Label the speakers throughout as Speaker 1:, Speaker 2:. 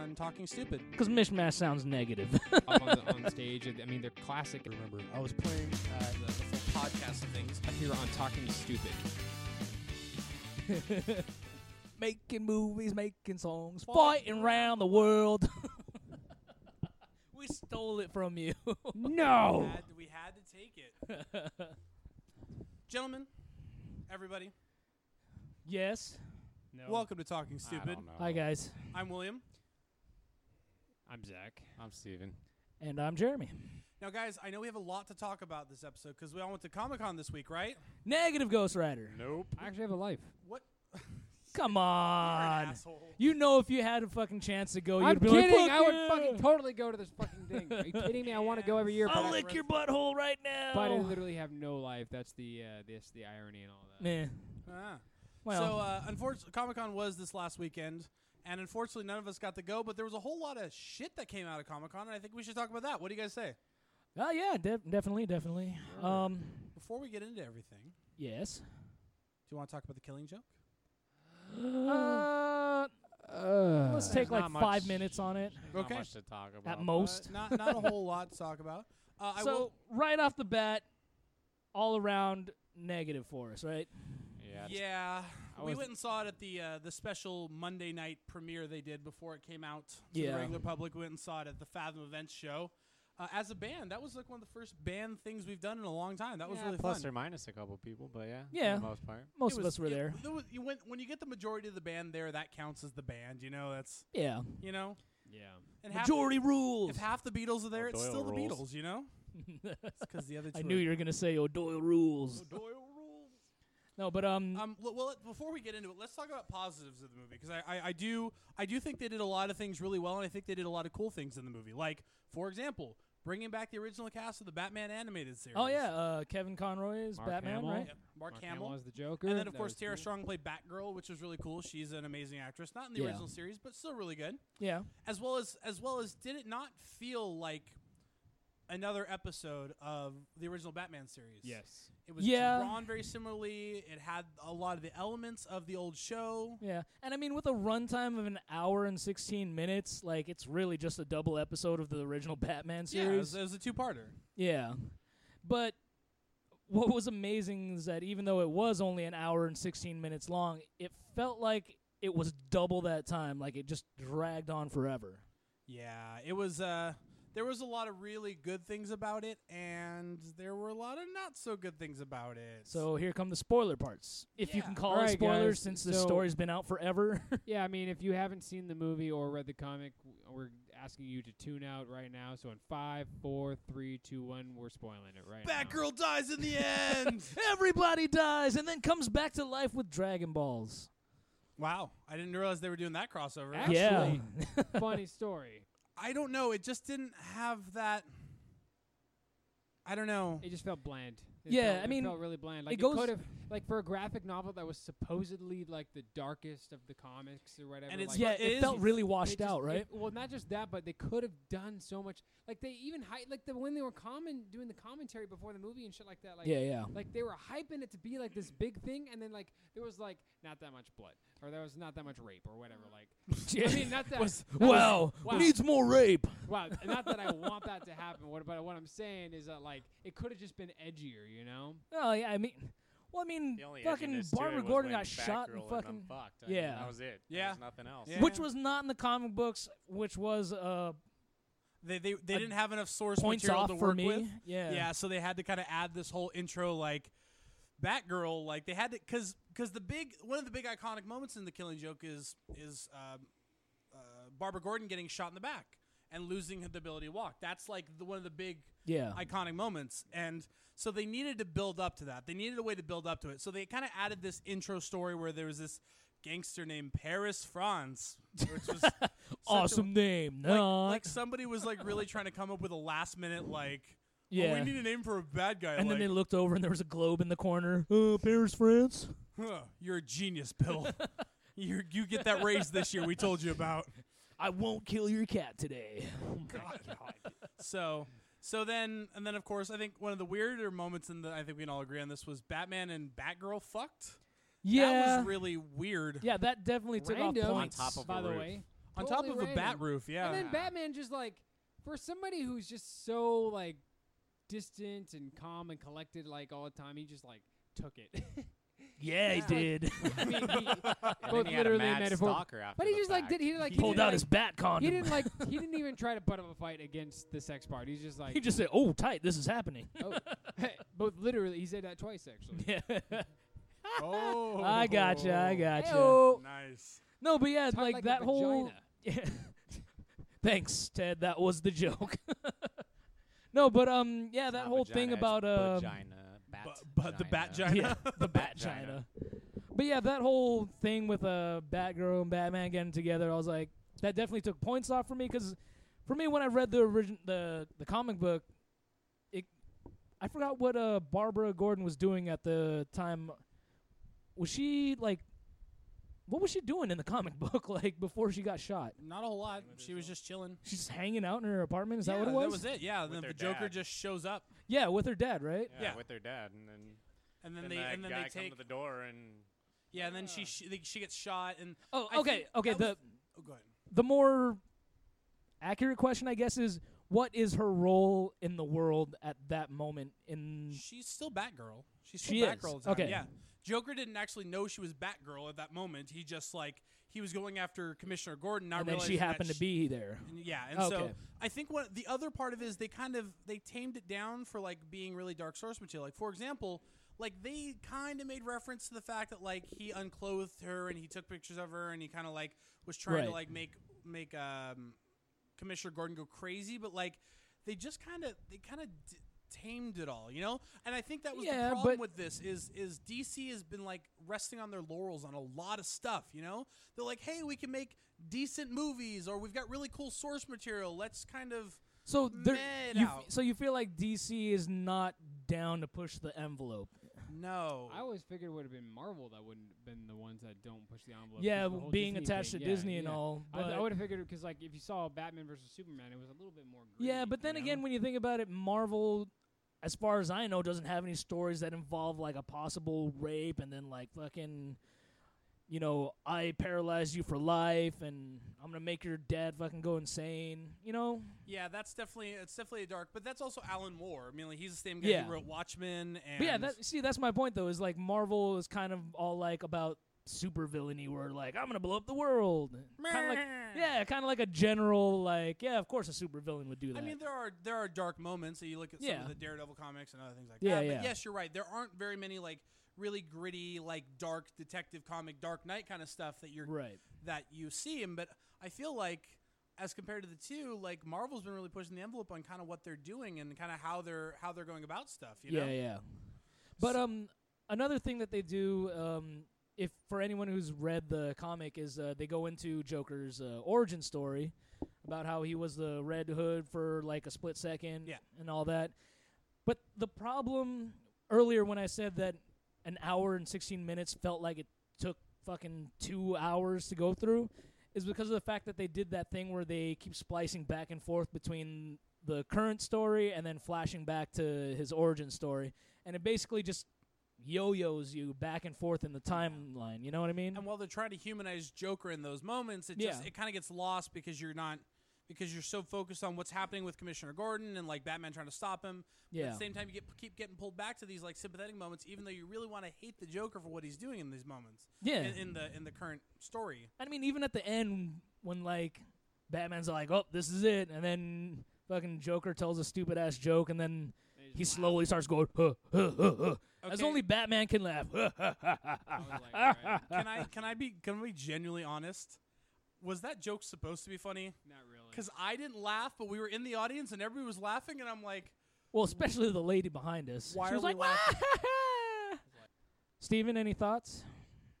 Speaker 1: on Talking Stupid
Speaker 2: Because mishmash sounds negative.
Speaker 3: up on, the, on stage. and- I mean, they're classic. I remember
Speaker 1: I was playing uh,
Speaker 3: the, the full podcast of things up here on Talking Stupid.
Speaker 2: making movies, making songs, fighting round the world. we stole it from you.
Speaker 1: we
Speaker 3: Oh.
Speaker 2: No.
Speaker 1: had, we had to take it. Gentlemen, everybody,
Speaker 2: yes.
Speaker 3: No.
Speaker 1: welcome to Talking Stupid.
Speaker 2: Hi guys.
Speaker 1: I'm William.
Speaker 3: I'm Zach. I'm Steven.
Speaker 2: And I'm Jeremy.
Speaker 1: Now, guys, I know we have a lot to talk about this episode because we all went to Comic Con this week, right?
Speaker 2: Negative Ghost Rider.
Speaker 3: Nope. I actually have a life.
Speaker 1: What?
Speaker 2: Come
Speaker 1: You're an
Speaker 2: on.
Speaker 1: asshole.
Speaker 2: You know if you had a fucking chance to go, Oh, you'd
Speaker 3: I'm
Speaker 2: be
Speaker 3: kidding.
Speaker 2: like, Fuck
Speaker 3: I would
Speaker 2: yeah.
Speaker 3: fucking totally go to this fucking thing. Are you kidding me? I want to go every year, but,
Speaker 2: I'll
Speaker 3: I,
Speaker 2: lick your butthole right now.
Speaker 3: but I literally have no life. That's the uh, this the irony and all that.
Speaker 2: Man.
Speaker 1: Ah.
Speaker 2: Well,
Speaker 1: So, uh, unfortunately, Comic Con was this last weekend, and unfortunately, none of us got to go. But there was a whole lot of shit that came out of Comic Con, and I think we should talk about that. What do you guys say
Speaker 2: oh yeah, de- definitely, definitely. Um,
Speaker 1: before we get into everything? Do
Speaker 2: yes.
Speaker 1: you want to talk about the Killing Joke?
Speaker 2: Uh,
Speaker 3: Uh,
Speaker 2: let's take like five minutes on it
Speaker 1: Okay.
Speaker 4: much to talk about.
Speaker 2: at most.
Speaker 1: Uh, not not a whole lot to talk about. Uh, I will,
Speaker 2: so right off the bat, all around negative for us, right?
Speaker 4: Yeah. it's-
Speaker 1: yeah,
Speaker 4: I
Speaker 1: we
Speaker 4: was-
Speaker 1: went and saw it at the uh, the special Monday night premiere they did before it came out to
Speaker 2: Yeah.
Speaker 1: the regular public. We went and saw it at the Fathom Events show. Uh, as a band, that was like one of the first band things we've done in a long time. That was
Speaker 4: yeah,
Speaker 1: really
Speaker 4: plus
Speaker 1: fun.
Speaker 4: or minus a couple people, but yeah.
Speaker 2: Yeah.
Speaker 4: For the most part.
Speaker 2: Most
Speaker 1: It
Speaker 2: of
Speaker 1: was-
Speaker 2: us were
Speaker 1: it-
Speaker 2: there.
Speaker 1: was- you went- when you get the majority of the band there, that counts as the band. You know, that's
Speaker 2: Yeah,
Speaker 1: you know,
Speaker 3: Yeah.
Speaker 1: and half,
Speaker 2: majority rules.
Speaker 1: if half the Beatles are there, it's
Speaker 4: Well, Doyle
Speaker 1: still the
Speaker 4: rules.
Speaker 1: Beatles. You know, because the other two.
Speaker 2: I
Speaker 1: are-
Speaker 2: knew you were gonna say O'Doyle rules.
Speaker 1: Doyle rules.
Speaker 2: No, but um,
Speaker 1: Um, l- well, let- before we get into it, let's talk about positives of the movie because I, I, I do I do think they did a lot of things really well, and I think they did a lot of cool things in the movie. Like, for example, bringing back the original cast of the Batman animated series.
Speaker 2: oh yeah, uh, Kevin Conroy is
Speaker 3: Mark
Speaker 2: Batman,
Speaker 3: Hamill.
Speaker 2: right?
Speaker 1: Yep, Mark,
Speaker 3: Mark
Speaker 1: Hamill.
Speaker 3: is the Joker.
Speaker 1: And then, of
Speaker 3: That
Speaker 1: course,
Speaker 3: was
Speaker 1: Tara
Speaker 3: cool.
Speaker 1: Strong played Batgirl, which was really cool. She's an amazing actress, not in the
Speaker 2: Yeah.
Speaker 1: original series, but still really good.
Speaker 2: Yeah,
Speaker 1: As well as as well as, did it not feel like another episode of the original Batman series?
Speaker 3: Yes.
Speaker 1: it was
Speaker 2: Yeah.
Speaker 1: drawn very similarly. It had a lot of the elements of the old show.
Speaker 2: yeah. And I mean, with a runtime of an hour and sixteen minutes, like it's really just a double episode of the original Batman
Speaker 1: Yeah, it was,
Speaker 2: series.
Speaker 1: it was a two-parter.
Speaker 2: Yeah. But what was amazing is that even though it was only an hour and 16 minutes long, it felt like it was double that time. Like it just dragged on forever.
Speaker 1: Yeah, it was. Uh, there was a lot of really good things about it, and there were a lot of not so good things about it.
Speaker 2: So here come the spoiler parts. If you
Speaker 1: Yeah.
Speaker 2: can call
Speaker 3: All
Speaker 2: it
Speaker 3: right,
Speaker 2: spoilers
Speaker 3: guys,
Speaker 2: since the
Speaker 3: so-
Speaker 2: story's been out forever.
Speaker 3: Yeah, I mean, if you haven't seen the movie or read the comic, w- we're asking you to tune out right now. So in five, four, three, two, one, we're spoiling it right now.
Speaker 1: Batgirl dies in the end.
Speaker 2: Everybody dies and then comes back to life with Dragon Balls.
Speaker 1: wow, I didn't realize they were doing that crossover.
Speaker 3: Actually-
Speaker 2: yeah.
Speaker 3: Funny story.
Speaker 1: I don't know. It just didn't have that. I don't know.
Speaker 3: It just felt bland. It
Speaker 2: Yeah,
Speaker 3: felt-
Speaker 2: I mean,
Speaker 3: it felt really bland. Like it,
Speaker 2: goes-
Speaker 3: could have, like for a graphic novel that was supposedly like the darkest of the comics or whatever.
Speaker 1: And it's
Speaker 3: like,
Speaker 2: yeah,
Speaker 1: it
Speaker 2: it,
Speaker 1: is-
Speaker 2: felt really
Speaker 3: they
Speaker 2: washed
Speaker 3: just-
Speaker 2: out,
Speaker 3: it-
Speaker 2: right?
Speaker 3: well, not just that, but they could have done so much. Like they even hy- like the when they were comment doing the commentary before the movie and shit like that. Like
Speaker 2: yeah, yeah.
Speaker 3: like they were hyping it to be like this big thing, and then like there was like not that much blood, or there was not that much rape, or whatever. Like
Speaker 4: Mm-hmm.
Speaker 3: I mean, not that.
Speaker 2: Was-
Speaker 3: that was-
Speaker 2: wow,
Speaker 3: wow,
Speaker 2: needs more rape.
Speaker 3: wow, Not that I want that to happen. What but what I'm saying is that like it could have just been edgier, you know?
Speaker 2: Oh yeah, I mean, well, I mean,
Speaker 4: The only
Speaker 2: fucking
Speaker 4: edginess to it
Speaker 2: Barbara
Speaker 4: was
Speaker 2: Gordon
Speaker 4: when
Speaker 2: got shot and
Speaker 4: Batgirl
Speaker 2: fucking,
Speaker 4: them fucked. I
Speaker 2: yeah.
Speaker 4: Mean, that was it. There
Speaker 1: Yeah.
Speaker 4: was nothing else.
Speaker 1: Yeah.
Speaker 2: which was not in the comic books, which was uh
Speaker 1: They they, they
Speaker 2: Uh,
Speaker 1: didn't have enough source
Speaker 2: points
Speaker 1: material
Speaker 2: off
Speaker 1: to
Speaker 2: for
Speaker 1: work
Speaker 2: me.
Speaker 1: with.
Speaker 2: Yeah,
Speaker 1: yeah so they had to kind of add this whole intro like batgirl like they had to because because the big one of the big iconic moments in the killing joke is is um, uh, barbara gordon getting shot in the back and losing the ability to walk that's like the, one of the big
Speaker 2: yeah,
Speaker 1: iconic moments and so they needed to build up to that they needed a way to build up to it so they kind of added this intro story where there was this gangster named paris france which was such a-
Speaker 2: awesome name.
Speaker 1: like,
Speaker 2: No,
Speaker 1: like somebody was like really trying to come up with a last minute like
Speaker 2: yeah.
Speaker 1: Oh, we need a name for a bad guy.
Speaker 2: and
Speaker 1: like,
Speaker 2: then they looked over and there was a globe in the corner. Uh, Paris, France.
Speaker 1: huh, you're a genius, Bill. you you get that raise this year we told you about.
Speaker 2: I won't kill your cat today.
Speaker 1: So so then and then of course I think one of the weirder moments in the I think we can all agree on this was Batman and Batgirl fucked.
Speaker 2: Yeah,
Speaker 1: That was really weird.
Speaker 2: yeah, that definitely took
Speaker 3: Random.
Speaker 2: off
Speaker 3: On
Speaker 4: On
Speaker 2: points.
Speaker 4: top of
Speaker 3: By
Speaker 4: a
Speaker 3: the
Speaker 4: roof.
Speaker 3: way,
Speaker 1: on top
Speaker 3: Totally
Speaker 1: of a bat
Speaker 3: random.
Speaker 1: roof. Yeah.
Speaker 3: And
Speaker 1: Yeah.
Speaker 3: then Batman just like for somebody who's just so like distant and calm and collected like all the time, he just like took it.
Speaker 2: Yeah,
Speaker 3: he
Speaker 2: he
Speaker 3: Yeah.
Speaker 2: did.
Speaker 3: did. I mean, he, Both
Speaker 4: And then he had a
Speaker 3: literally
Speaker 4: mad
Speaker 3: metaphor-
Speaker 4: stalker after
Speaker 3: but he
Speaker 4: the
Speaker 3: just like
Speaker 4: fact.
Speaker 3: did he like
Speaker 2: he
Speaker 3: he
Speaker 2: pulled
Speaker 3: didn't,
Speaker 2: out
Speaker 3: like,
Speaker 2: his bat condom.
Speaker 3: He didn't like he didn't even try to put up a fight against the sex part. He's just like
Speaker 2: He just said, "Oh, tight, this is happening."
Speaker 3: oh. both literally he said that twice actually.
Speaker 2: yeah.
Speaker 1: oh.
Speaker 2: I gotcha. I gotcha.
Speaker 3: Heyo.
Speaker 1: Nice.
Speaker 2: No, but yeah,
Speaker 3: Tight
Speaker 2: like,
Speaker 3: like a
Speaker 2: that whole.
Speaker 3: vagina.
Speaker 2: Yeah. Thanks, Ted. That was the joke. no, but um, yeah, that
Speaker 4: Not
Speaker 2: whole
Speaker 4: vagina,
Speaker 2: thing
Speaker 4: it's
Speaker 2: about uh,
Speaker 4: vagina, bat,
Speaker 1: But, but the bat
Speaker 4: gina.
Speaker 1: giant.
Speaker 2: Yeah, the Bat
Speaker 4: China.
Speaker 2: China. But yeah, that whole thing with uh, Batgirl and Batman getting together, I was like, that definitely took points off for me because, for me, when I read the origin the the comic book, it, I forgot what uh Barbara Gordon was doing at the time. Was she like, what was she doing in the comic book like before she got shot?
Speaker 1: Not a whole lot. She was just chilling.
Speaker 2: She's just hanging out in her apartment. Is
Speaker 1: yeah,
Speaker 2: that what it was?
Speaker 1: That was it. Yeah. And
Speaker 4: With
Speaker 1: then the
Speaker 4: their
Speaker 1: Joker
Speaker 4: dad.
Speaker 1: just shows up,
Speaker 2: Yeah, with her dad, right?
Speaker 4: Yeah,
Speaker 1: Yeah.
Speaker 4: with their dad, and then
Speaker 1: and then
Speaker 4: then
Speaker 1: they
Speaker 4: that
Speaker 1: and then
Speaker 4: guy
Speaker 1: they
Speaker 4: come
Speaker 1: take
Speaker 4: to the door and
Speaker 1: yeah, and then she sh- they- she gets shot and
Speaker 2: Oh,
Speaker 1: I
Speaker 2: okay,
Speaker 1: think
Speaker 2: okay.
Speaker 1: that
Speaker 2: The
Speaker 1: was- oh, go ahead.
Speaker 2: the more accurate question, I guess, is what is her role in the world at that moment? In
Speaker 1: She's still Batgirl. She's still
Speaker 2: She is.
Speaker 1: Batgirl. at the time,
Speaker 2: Okay.
Speaker 1: Yeah. Joker didn't actually know she was Batgirl at that moment. He just like he was going after Commissioner Gordon, not
Speaker 2: and then
Speaker 1: realizing
Speaker 2: she
Speaker 1: that
Speaker 2: happened to be there.
Speaker 1: And yeah, and so
Speaker 2: Okay.
Speaker 1: I think what the other part of it is they kind of they tamed it down for like being really dark source material. Like for example, like they kind of made reference to the fact that like he unclothed her and he took pictures of her and he kind of like was trying to
Speaker 2: Right.
Speaker 1: like make make um Commissioner Gordon go crazy, but like they just kind of they kind of d- tamed it all, you know. And I think that was
Speaker 2: Yeah,
Speaker 1: the problem
Speaker 2: but-
Speaker 1: with this is is DC has been like resting on their laurels on a lot of stuff, you know. They're like, hey, we can make decent movies, or we've got really cool source material. Let's kind of
Speaker 2: So there,
Speaker 1: Mid
Speaker 2: you,
Speaker 1: out.
Speaker 2: so you feel like DC is not down to push the envelope.
Speaker 1: no.
Speaker 3: I always figured it would have been Marvel that wouldn't have been the ones that don't push the envelope. 'cause
Speaker 2: yeah,
Speaker 3: the whole
Speaker 2: being
Speaker 3: Disney
Speaker 2: attached
Speaker 3: thing,
Speaker 2: to
Speaker 3: yeah,
Speaker 2: Disney and
Speaker 3: yeah.
Speaker 2: all.
Speaker 3: I, th-
Speaker 2: but-
Speaker 3: I would have figured because like if you saw Batman versus Superman, it was a little bit more. Gritty,
Speaker 2: yeah, but then
Speaker 3: you know?
Speaker 2: again, when you think about it, Marvel, as far as I know, doesn't have any stories that involve like a possible rape and then like fucking, you know, I paralyze you for life and I'm gonna make your dad fucking go insane. You know?
Speaker 1: yeah, that's definitely it's definitely a dark, but that's also Alan Moore. I mean, like he's the same guy
Speaker 2: Yeah.
Speaker 1: who wrote Watchmen and
Speaker 2: But yeah, that see, that's my point though. Is like Marvel is kind of all like about super villainy, where like I'm gonna blow up the world. Kinda like, yeah, kind of like a general like yeah, of course a super villain would do that.
Speaker 1: I mean, there are there are dark moments. that You look at some
Speaker 2: Yeah.
Speaker 1: of the Daredevil comics and other things like
Speaker 2: Yeah,
Speaker 1: that.
Speaker 2: yeah.
Speaker 1: But yes, you're right. There aren't very many like really gritty, like dark detective comic, Dark Knight kind of stuff that you're
Speaker 2: right.
Speaker 1: that you see. And but I feel like as compared to the two, like Marvel's been really pushing the envelope on kind of what they're doing and kind of how they're how they're going about stuff. You
Speaker 2: yeah,
Speaker 1: know?
Speaker 2: yeah. But
Speaker 1: So-
Speaker 2: um, another thing that they do, um, if for anyone who's read the comic, is uh, they go into Joker's uh, origin story about how he was the Red Hood for like a split second,
Speaker 1: Yeah.
Speaker 2: and all that. But the problem earlier when I said that an hour and sixteen minutes felt like it took fucking two hours to go through. Is because of the fact that they did that thing where they keep splicing back and forth between the current story and then flashing back to his origin story and it basically just yo-yos you back and forth in the timeline you know what i mean
Speaker 1: And while they're trying to humanize Joker in those moments, it just
Speaker 2: Yeah.
Speaker 1: it kind of gets lost because you're not because you're so focused on what's happening with Commissioner Gordon and like Batman trying to stop him. But
Speaker 2: yeah
Speaker 1: At the same time, you get keep getting pulled back to these like sympathetic moments, even though you really want to hate the Joker for what he's doing in these moments
Speaker 2: yeah
Speaker 1: in, in the in the current story.
Speaker 2: i mean even at the end when like batman's like oh this is it and then fucking joker tells a stupid ass joke and then
Speaker 3: They just
Speaker 2: he
Speaker 3: laugh.
Speaker 2: slowly starts going huh, huh, huh, huh. as
Speaker 1: Okay.
Speaker 2: only batman can laugh huh, huh, huh, huh,
Speaker 3: I
Speaker 2: huh.
Speaker 3: was like, alright,
Speaker 1: Can I can I be can I be genuinely honest? Was that joke supposed to be funny?
Speaker 3: not really.
Speaker 1: Because I didn't laugh, but we were in the audience and everybody was laughing, and I'm like,
Speaker 2: well especially the lady behind us
Speaker 1: Why
Speaker 2: she
Speaker 1: are
Speaker 2: was
Speaker 1: we
Speaker 2: like
Speaker 1: laughing?
Speaker 2: steven any thoughts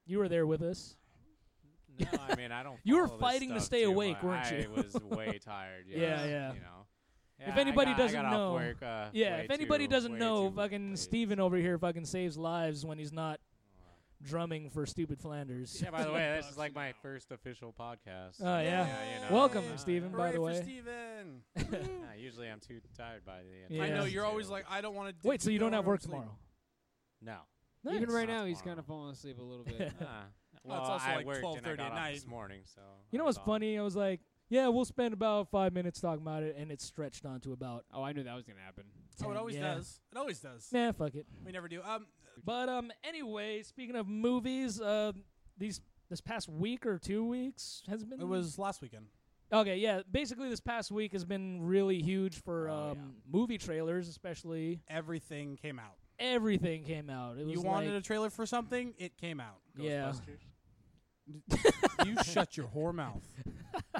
Speaker 2: you were there with us
Speaker 4: No, I mean I don't.
Speaker 2: You were
Speaker 4: follow this
Speaker 2: fighting to
Speaker 4: stuff
Speaker 2: stay
Speaker 4: too
Speaker 2: awake,
Speaker 4: much.
Speaker 2: weren't you?
Speaker 4: I was way tired. Yeah,
Speaker 2: Yeah, yeah.
Speaker 4: You know.
Speaker 2: If
Speaker 4: Yeah, I
Speaker 2: anybody
Speaker 4: got- I
Speaker 2: doesn't
Speaker 4: got off
Speaker 2: know-
Speaker 4: work, uh,
Speaker 2: Yeah,
Speaker 4: way
Speaker 2: if anybody
Speaker 4: too-
Speaker 2: doesn't
Speaker 4: way
Speaker 2: know,
Speaker 4: too
Speaker 2: fucking
Speaker 4: late.
Speaker 2: Steven over here fucking saves lives when he's not drumming for stupid Flanders.
Speaker 4: Yeah, by the way, this
Speaker 3: Bucks
Speaker 4: is like
Speaker 3: an
Speaker 4: my
Speaker 3: hour.
Speaker 4: first official podcast.
Speaker 2: Oh, yeah.
Speaker 4: you know.
Speaker 2: Welcome,
Speaker 4: Yeah,
Speaker 2: Steven, by
Speaker 1: Hooray
Speaker 2: the
Speaker 1: for
Speaker 2: way.
Speaker 1: Steven.
Speaker 4: Yeah, usually I'm too tired by the end. of
Speaker 2: Yeah.
Speaker 1: I know
Speaker 4: this,
Speaker 1: you're always
Speaker 4: too.
Speaker 1: like, I don't want to.
Speaker 2: Wait, so you don't have work
Speaker 1: sleep.
Speaker 2: tomorrow?
Speaker 4: no.
Speaker 2: Nice.
Speaker 3: Even right
Speaker 4: Not
Speaker 3: now, he's
Speaker 4: tomorrow.
Speaker 3: kind of falling asleep a little bit.
Speaker 4: Ah,
Speaker 1: Well, it's
Speaker 4: Well,
Speaker 1: also
Speaker 4: I
Speaker 1: like
Speaker 4: worked and I
Speaker 1: 12:30 at
Speaker 4: got off
Speaker 1: night.
Speaker 4: this morning. So
Speaker 2: You know
Speaker 4: I was
Speaker 2: what's
Speaker 4: off.
Speaker 2: funny? I was like, yeah, we'll spend about five minutes talking about it, and it's stretched on to about.
Speaker 3: Oh, I knew that was gonna happen.
Speaker 1: Oh, it
Speaker 2: 10,
Speaker 1: always
Speaker 2: yeah.
Speaker 1: does. It always does.
Speaker 2: Nah, fuck it.
Speaker 1: We never do. Um,
Speaker 2: But um, anyway, speaking of movies, uh, these this past week or two weeks has been.
Speaker 1: it was last weekend.
Speaker 2: okay. Yeah, basically, this past week has been really huge for
Speaker 4: Oh,
Speaker 2: um,
Speaker 4: yeah.
Speaker 2: movie trailers, especially.
Speaker 1: Everything came out.
Speaker 2: Everything came out. It was
Speaker 1: You wanted a
Speaker 2: like,
Speaker 1: trailer for something? It came out.
Speaker 2: yeah.
Speaker 4: Ghostbusters?
Speaker 1: you shut your whore mouth.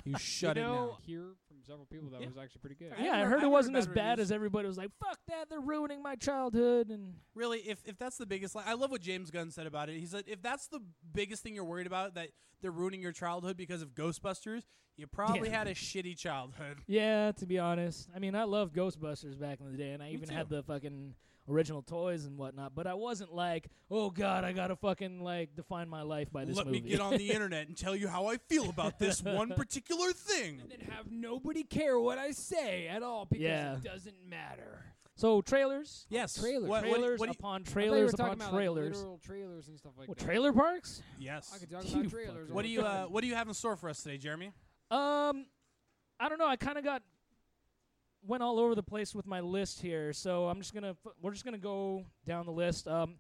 Speaker 1: You shut
Speaker 3: you
Speaker 1: it
Speaker 3: know,
Speaker 1: down.
Speaker 3: hear from several people that
Speaker 1: Yeah.
Speaker 3: was actually pretty good.
Speaker 1: I
Speaker 2: Yeah, I
Speaker 1: haven't heard- I
Speaker 2: heard it
Speaker 1: haven't
Speaker 2: wasn't
Speaker 1: heard
Speaker 2: as
Speaker 1: bad
Speaker 2: bad
Speaker 1: reviews.
Speaker 2: as everybody was like, "Fuck that! They're ruining my childhood." And
Speaker 1: Really, if, if that's the biggest, li- I love what James Gunn said about it. He said, if that's the biggest thing you're worried about, that they're ruining your childhood because of Ghostbusters, you probably
Speaker 2: Yeah.
Speaker 1: had a shitty childhood.
Speaker 2: Yeah, to be honest, I mean, I loved Ghostbusters back in the day, and I even had
Speaker 1: too.
Speaker 2: the fucking original toys and whatnot. But I wasn't like, oh god, I gotta fucking like define my life by this
Speaker 1: Let
Speaker 2: movie.
Speaker 1: me get on the internet and tell you how I feel about this one particular thing.
Speaker 3: And then have nobody care what I say at all because
Speaker 2: Yeah.
Speaker 3: it doesn't matter.
Speaker 2: so trailers,
Speaker 1: Yes. What,
Speaker 3: Trailers.
Speaker 1: what do-
Speaker 2: trailers
Speaker 1: what do you-
Speaker 2: upon
Speaker 3: I thought you
Speaker 2: trailers
Speaker 3: were talking
Speaker 2: upon
Speaker 3: about, like,
Speaker 2: trailers.
Speaker 3: literal trailers and stuff like
Speaker 2: what
Speaker 3: that.
Speaker 2: trailer parks?
Speaker 1: yes.
Speaker 3: I could talk
Speaker 2: You
Speaker 3: about trailers.
Speaker 2: fucker.
Speaker 3: all
Speaker 1: What do
Speaker 3: the
Speaker 1: you uh,
Speaker 3: time.
Speaker 1: What do you have in store for us today, Jeremy?
Speaker 2: Um, I don't know. I kind of got went all over the place with my list here, so I'm just gonna f- we're just gonna go down the list. Um,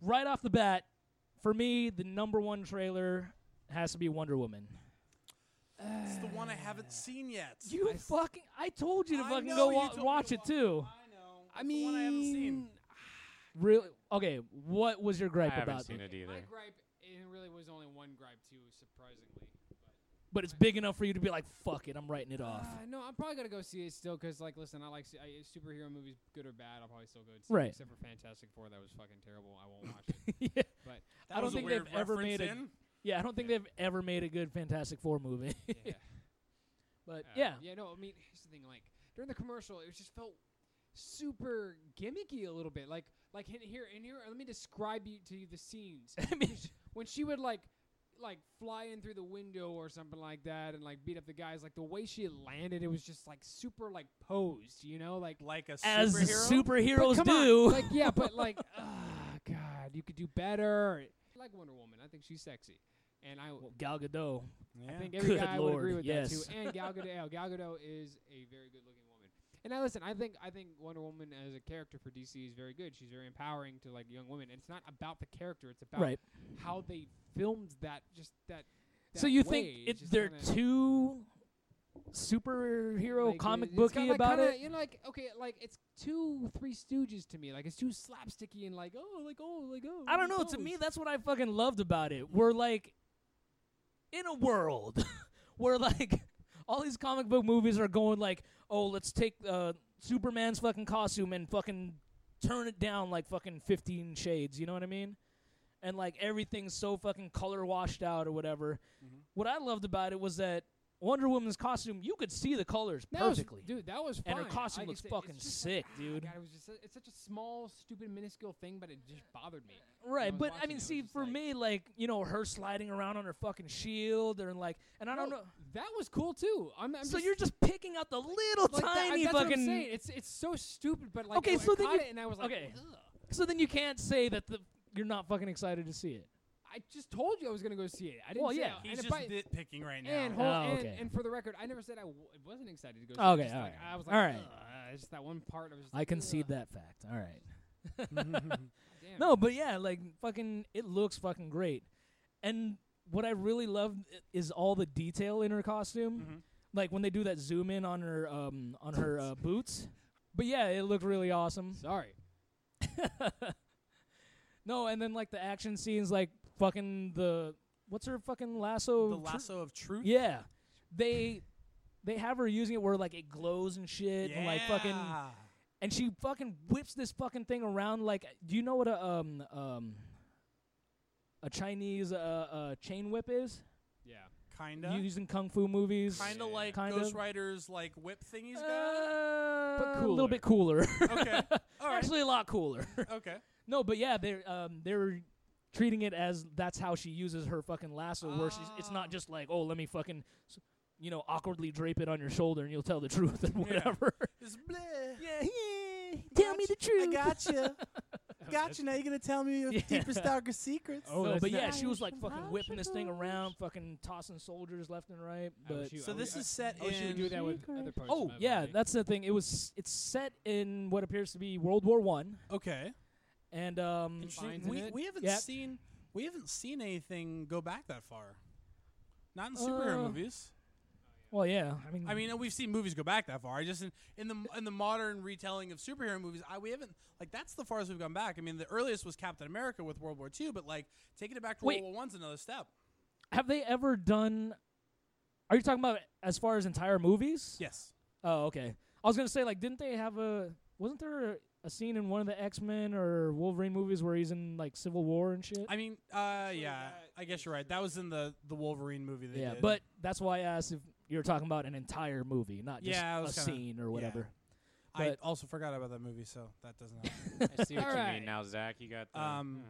Speaker 2: right off the bat, for me, the number one trailer has to be Wonder Woman.
Speaker 1: It's the one I haven't seen yet.
Speaker 2: You
Speaker 3: I s-
Speaker 2: fucking! I told you to
Speaker 1: I
Speaker 2: fucking
Speaker 1: know
Speaker 2: go
Speaker 1: you
Speaker 2: wa-
Speaker 1: told me to
Speaker 2: watch it
Speaker 1: watch
Speaker 2: too.
Speaker 1: I know.
Speaker 3: I
Speaker 1: It's the one I haven't seen.
Speaker 3: mean,
Speaker 2: Really? Okay. What was your gripe
Speaker 4: I haven't
Speaker 2: about
Speaker 4: seen
Speaker 2: it?
Speaker 4: it either.
Speaker 3: My gripe, it really was only one gripe too, surprisingly.
Speaker 2: But it's big enough for you to be like, "Fuck it, I'm writing it
Speaker 3: But,
Speaker 2: off."
Speaker 3: Uh, no, I'm probably gonna go see it still because, like, listen, I like se- I, superhero movies, good or bad. I'll probably still go and see it,
Speaker 2: Right.
Speaker 3: except for Fantastic Four, that was fucking terrible. I won't watch it.
Speaker 2: yeah.
Speaker 3: But
Speaker 1: That
Speaker 2: I don't
Speaker 1: was a
Speaker 2: think they've
Speaker 1: weird
Speaker 2: ever
Speaker 1: reference
Speaker 2: made a-
Speaker 1: in.
Speaker 2: yeah, I don't think
Speaker 3: Yeah.
Speaker 2: they've ever made a good Fantastic Four movie.
Speaker 3: yeah.
Speaker 2: but
Speaker 3: Uh,
Speaker 2: yeah,
Speaker 3: Yeah, no, I mean, here's the thing. Like during the commercial, it was just felt super gimmicky a little bit. Like, like in here, in here. Let me describe you to you the scenes
Speaker 2: I mean,
Speaker 3: when she would like, like fly in through the window or something like that, and like beat up the guys. Like the way she landed, it was just like super like posed. You know, like
Speaker 1: like a superhero.
Speaker 2: as
Speaker 3: But
Speaker 2: superheroes
Speaker 3: come on,
Speaker 2: do.
Speaker 3: Like yeah, but like, ah, God, you could do better. I like Wonder Woman. I think she's sexy, and I.
Speaker 2: Well, Gal Gadot.
Speaker 1: Yeah.
Speaker 3: I think every
Speaker 2: Good
Speaker 3: guy would agree
Speaker 2: lord,
Speaker 3: with
Speaker 2: yes.
Speaker 3: that too. And Gal Gadot, oh, Gal Gadot is a very good-looking woman. And now listen, I think I think Wonder Woman as a character for DC is very good. She's very empowering to like young women. And it's not about the character; it's about
Speaker 2: Right.
Speaker 3: how they filmed that. Just that.
Speaker 2: So
Speaker 3: that
Speaker 2: you
Speaker 3: way.
Speaker 2: think
Speaker 3: It's
Speaker 2: it,
Speaker 3: just
Speaker 2: they're
Speaker 3: kinda-
Speaker 2: too superhero
Speaker 3: like, it-
Speaker 2: comic
Speaker 3: it's
Speaker 2: booky
Speaker 3: kinda, like,
Speaker 2: about
Speaker 3: kinda,
Speaker 2: it?
Speaker 3: You know, like okay, like it's too Three Stooges to me. Like it's too slapsticky and like oh, like oh, like oh.
Speaker 2: I don't
Speaker 3: look
Speaker 2: know.
Speaker 3: at
Speaker 2: To
Speaker 3: those.
Speaker 2: me, that's what I fucking loved about it. We're like in a world where like all these comic book movies are going like, oh, let's take uh, Superman's fucking costume and fucking turn it down like fucking fifteen shades. You know what I mean? And like everything's so fucking color washed out or whatever.
Speaker 3: Mm-hmm.
Speaker 1: Mhm.
Speaker 2: What I loved about it was that Wonder Woman's costume, you could see the colors
Speaker 3: That was-
Speaker 2: perfectly.
Speaker 3: dude. That was fine.
Speaker 2: And her costume
Speaker 3: Like I
Speaker 2: looks
Speaker 3: said, it's
Speaker 2: fucking
Speaker 3: just
Speaker 2: sick,
Speaker 3: ah,
Speaker 2: dude.
Speaker 3: God, it was just su- it's such a small, stupid, minuscule thing, but it just bothered me.
Speaker 2: Right,
Speaker 3: was
Speaker 2: but I
Speaker 3: watching it, it
Speaker 2: mean,
Speaker 3: was
Speaker 2: see,
Speaker 3: just
Speaker 2: for
Speaker 3: like-
Speaker 2: me, like you know, her sliding around on her fucking shield, and like, and I don't
Speaker 3: No,
Speaker 2: know.
Speaker 3: That was cool too. I'm, I'm
Speaker 2: so
Speaker 3: just,
Speaker 2: you're just picking out the little
Speaker 3: like, that-
Speaker 2: tiny
Speaker 3: that's What I'm
Speaker 2: fucking.
Speaker 3: saying. It's it's so stupid, but like
Speaker 2: Okay,
Speaker 3: I
Speaker 2: so then
Speaker 3: caught
Speaker 2: you-
Speaker 3: it and I was like,
Speaker 2: okay.
Speaker 3: "Ugh."
Speaker 2: So then you can't say that the you're not fucking excited to see it.
Speaker 3: I just told you I was gonna go see it. I didn't.
Speaker 2: Well,
Speaker 3: say
Speaker 2: yeah.
Speaker 3: I-
Speaker 1: Uh, He's just
Speaker 3: and if I-
Speaker 1: nitpicking right now.
Speaker 3: And, hold,
Speaker 2: Oh, okay.
Speaker 3: and, and for the record, I never said I w- wasn't excited to go. See
Speaker 2: Okay,
Speaker 3: it. Just
Speaker 2: all
Speaker 3: like,
Speaker 2: right.
Speaker 3: I was
Speaker 2: All
Speaker 3: like,
Speaker 2: right.
Speaker 3: "Ugh," It's just that one part. I was. Just
Speaker 2: I
Speaker 3: like,
Speaker 2: concede
Speaker 3: "Ugh,
Speaker 2: that fact. All right.
Speaker 3: damn
Speaker 2: No, but yeah, like fucking, it looks fucking great. And what I really love is all the detail in her costume.
Speaker 3: Mm-hmm.
Speaker 1: Mhm.
Speaker 2: Like when they do that zoom in on her um on her uh, boots. But yeah, it looked really awesome.
Speaker 3: Sorry.
Speaker 2: no, and then like the action scenes, like fucking the what's her fucking lasso?
Speaker 1: the
Speaker 2: tr-
Speaker 1: lasso of truth.
Speaker 2: Yeah, they they have her using it where like it glows and shit, and like fucking,
Speaker 1: Yeah.
Speaker 2: and she fucking whips this fucking thing around. Like, do you know what a um um a Chinese uh, uh chain whip is?
Speaker 3: Yeah.
Speaker 1: kinda,
Speaker 2: Used in kung fu movies.
Speaker 1: kinda
Speaker 3: Yeah.
Speaker 1: like
Speaker 2: Kind
Speaker 1: Ghost
Speaker 2: of.
Speaker 1: Rider's like whip thing he's got.
Speaker 2: Uh,
Speaker 3: But
Speaker 2: a little bit cooler.
Speaker 1: okay, all right,
Speaker 2: Actually, a lot cooler.
Speaker 1: okay.
Speaker 2: No, but yeah, they're um, they're treating it as that's how she uses her fucking lasso, where she's it's
Speaker 1: Ah.
Speaker 2: not just like oh let me fucking s- you know awkwardly drape it on your shoulder and you'll tell the truth and whatever.
Speaker 1: It's bleh.
Speaker 2: Yeah, yeah.
Speaker 1: Oh, I got you. got you. Now you're gonna tell me your
Speaker 2: Yeah.
Speaker 1: deepest, darkest secrets.
Speaker 3: Oh,
Speaker 2: no,
Speaker 3: that's
Speaker 2: but
Speaker 3: not-
Speaker 2: yeah, she was like
Speaker 5: Russian
Speaker 2: fucking whipping this thing
Speaker 5: Russian
Speaker 2: around, fucking tossing soldiers left and right.
Speaker 3: I
Speaker 2: But
Speaker 3: wish you-
Speaker 1: so
Speaker 3: I
Speaker 1: this
Speaker 3: wish-
Speaker 1: is set
Speaker 3: I wish you would Oh, do
Speaker 1: in-
Speaker 3: that with
Speaker 5: Secret.
Speaker 3: other parts.
Speaker 2: oh
Speaker 3: of it,
Speaker 2: yeah,
Speaker 3: maybe.
Speaker 2: that's the thing. It was it's set in what appears to be World War One,
Speaker 1: Okay.
Speaker 2: and um,
Speaker 1: Interesting.
Speaker 3: finds in
Speaker 1: We,
Speaker 3: it.
Speaker 1: we haven't
Speaker 2: Yeah.
Speaker 1: seen we haven't seen anything go back that far. Not in superhero
Speaker 2: Uh,
Speaker 1: movies.
Speaker 2: well, yeah, I mean,
Speaker 1: I mean, we've seen movies go back that far. I just in, in the in the modern retelling of superhero movies, I we haven't like that's the farthest we've gone back. I mean, the earliest was Captain America with World War II, but like taking it back to
Speaker 2: Wait.
Speaker 1: World War One's another step.
Speaker 2: have they ever done? Are you talking about as far as entire movies?
Speaker 1: Yes.
Speaker 2: Oh, okay. I was gonna say like, didn't they have a? Wasn't there a scene in one of the X Men or Wolverine movies where he's in like Civil War and shit?
Speaker 1: I mean, uh, yeah,
Speaker 3: that
Speaker 1: I guess
Speaker 3: is
Speaker 1: you're right. That was in the the Wolverine movie. They
Speaker 2: yeah,
Speaker 1: did.
Speaker 2: but that's why I asked if you were talking about an entire movie, not just
Speaker 1: Yeah, I
Speaker 2: a
Speaker 1: was kinda-
Speaker 2: scene or whatever.
Speaker 1: I
Speaker 2: but-
Speaker 1: also forgot about that movie, so that doesn't. Happen.
Speaker 4: I see what you
Speaker 3: Alright.
Speaker 4: mean now, Zach. You got the hmm.
Speaker 1: Um,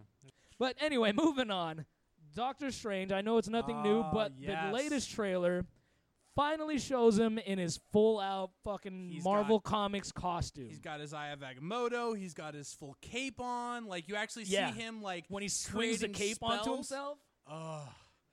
Speaker 2: But anyway, moving on. Doctor Strange. I know it's nothing new,
Speaker 1: Ah,
Speaker 2: but
Speaker 1: yes.
Speaker 2: the latest trailer finally shows him in his full-out fucking
Speaker 1: He's
Speaker 2: Marvel Comics costume.
Speaker 1: he's got his eye of Agamotto. He's got his full cape on. Like you actually see
Speaker 2: Yeah.
Speaker 1: him. Like
Speaker 2: when he swings the
Speaker 1: creating
Speaker 2: cape onto
Speaker 1: spells.
Speaker 2: himself,
Speaker 1: Ugh.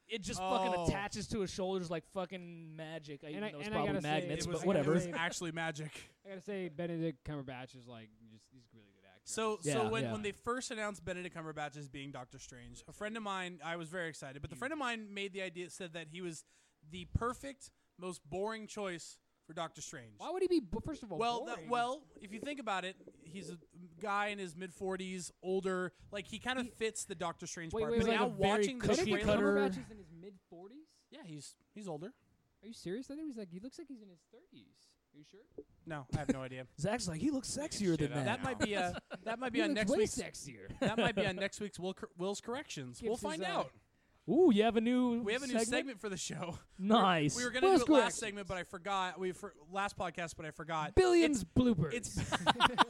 Speaker 2: it just
Speaker 1: Oh.
Speaker 2: fucking attaches to his shoulders like fucking magic. I
Speaker 3: And
Speaker 2: even
Speaker 3: I-
Speaker 2: know it's
Speaker 3: and I
Speaker 2: probably
Speaker 3: gotta say,
Speaker 2: magnets,
Speaker 3: It's-
Speaker 1: it was
Speaker 2: but whatever.
Speaker 1: It was actually magic.
Speaker 3: I gotta say, Benedict Cumberbatch is like just he's a really good actor.
Speaker 1: So
Speaker 3: honestly.
Speaker 2: Yeah,
Speaker 1: so when,
Speaker 2: yeah.
Speaker 1: when they first announced Benedict Cumberbatch as being Doctor Strange, a friend of mine, I was very excited, but the friend of mine made the idea said that he was the perfect, most boring choice for Doctor Strange.
Speaker 3: why would he be? bo- First of all,
Speaker 1: Well, that,
Speaker 3: boring?
Speaker 1: well, if you think about it, he's a guy in his mid forties, older. Like he kind of fits the Doctor Strange
Speaker 3: Wait,
Speaker 1: part.
Speaker 3: wait,
Speaker 1: but
Speaker 3: wait,
Speaker 1: now
Speaker 2: like a very
Speaker 1: watching the
Speaker 2: cookie
Speaker 1: trailer,
Speaker 3: Benedict
Speaker 2: cutter-
Speaker 3: Cumberbatch is in his mid forties.
Speaker 1: yeah, he's he's older.
Speaker 3: Are you serious? I think he's like he looks like he's in his thirties. Are you sure?
Speaker 1: No, I have no idea.
Speaker 2: Zach's like, he looks
Speaker 4: sexier
Speaker 2: sexier
Speaker 4: shit
Speaker 2: than
Speaker 4: than up.
Speaker 2: that.
Speaker 1: that might be a that might be
Speaker 3: he
Speaker 1: on
Speaker 3: looks
Speaker 1: next
Speaker 3: way
Speaker 1: week's
Speaker 3: sexier.
Speaker 1: that might be on next week's Will, Cor- Will's corrections. we'll
Speaker 3: Gives his,
Speaker 1: find
Speaker 3: uh,
Speaker 1: out.
Speaker 2: Ooh, you have a new
Speaker 1: We have a new segment for the show.
Speaker 2: Nice.
Speaker 1: We were gonna
Speaker 3: Will's
Speaker 1: do it last
Speaker 3: corrections.
Speaker 1: segment, but I forgot. We for, last podcast, but I forgot.
Speaker 3: Billions bloopers.
Speaker 1: It's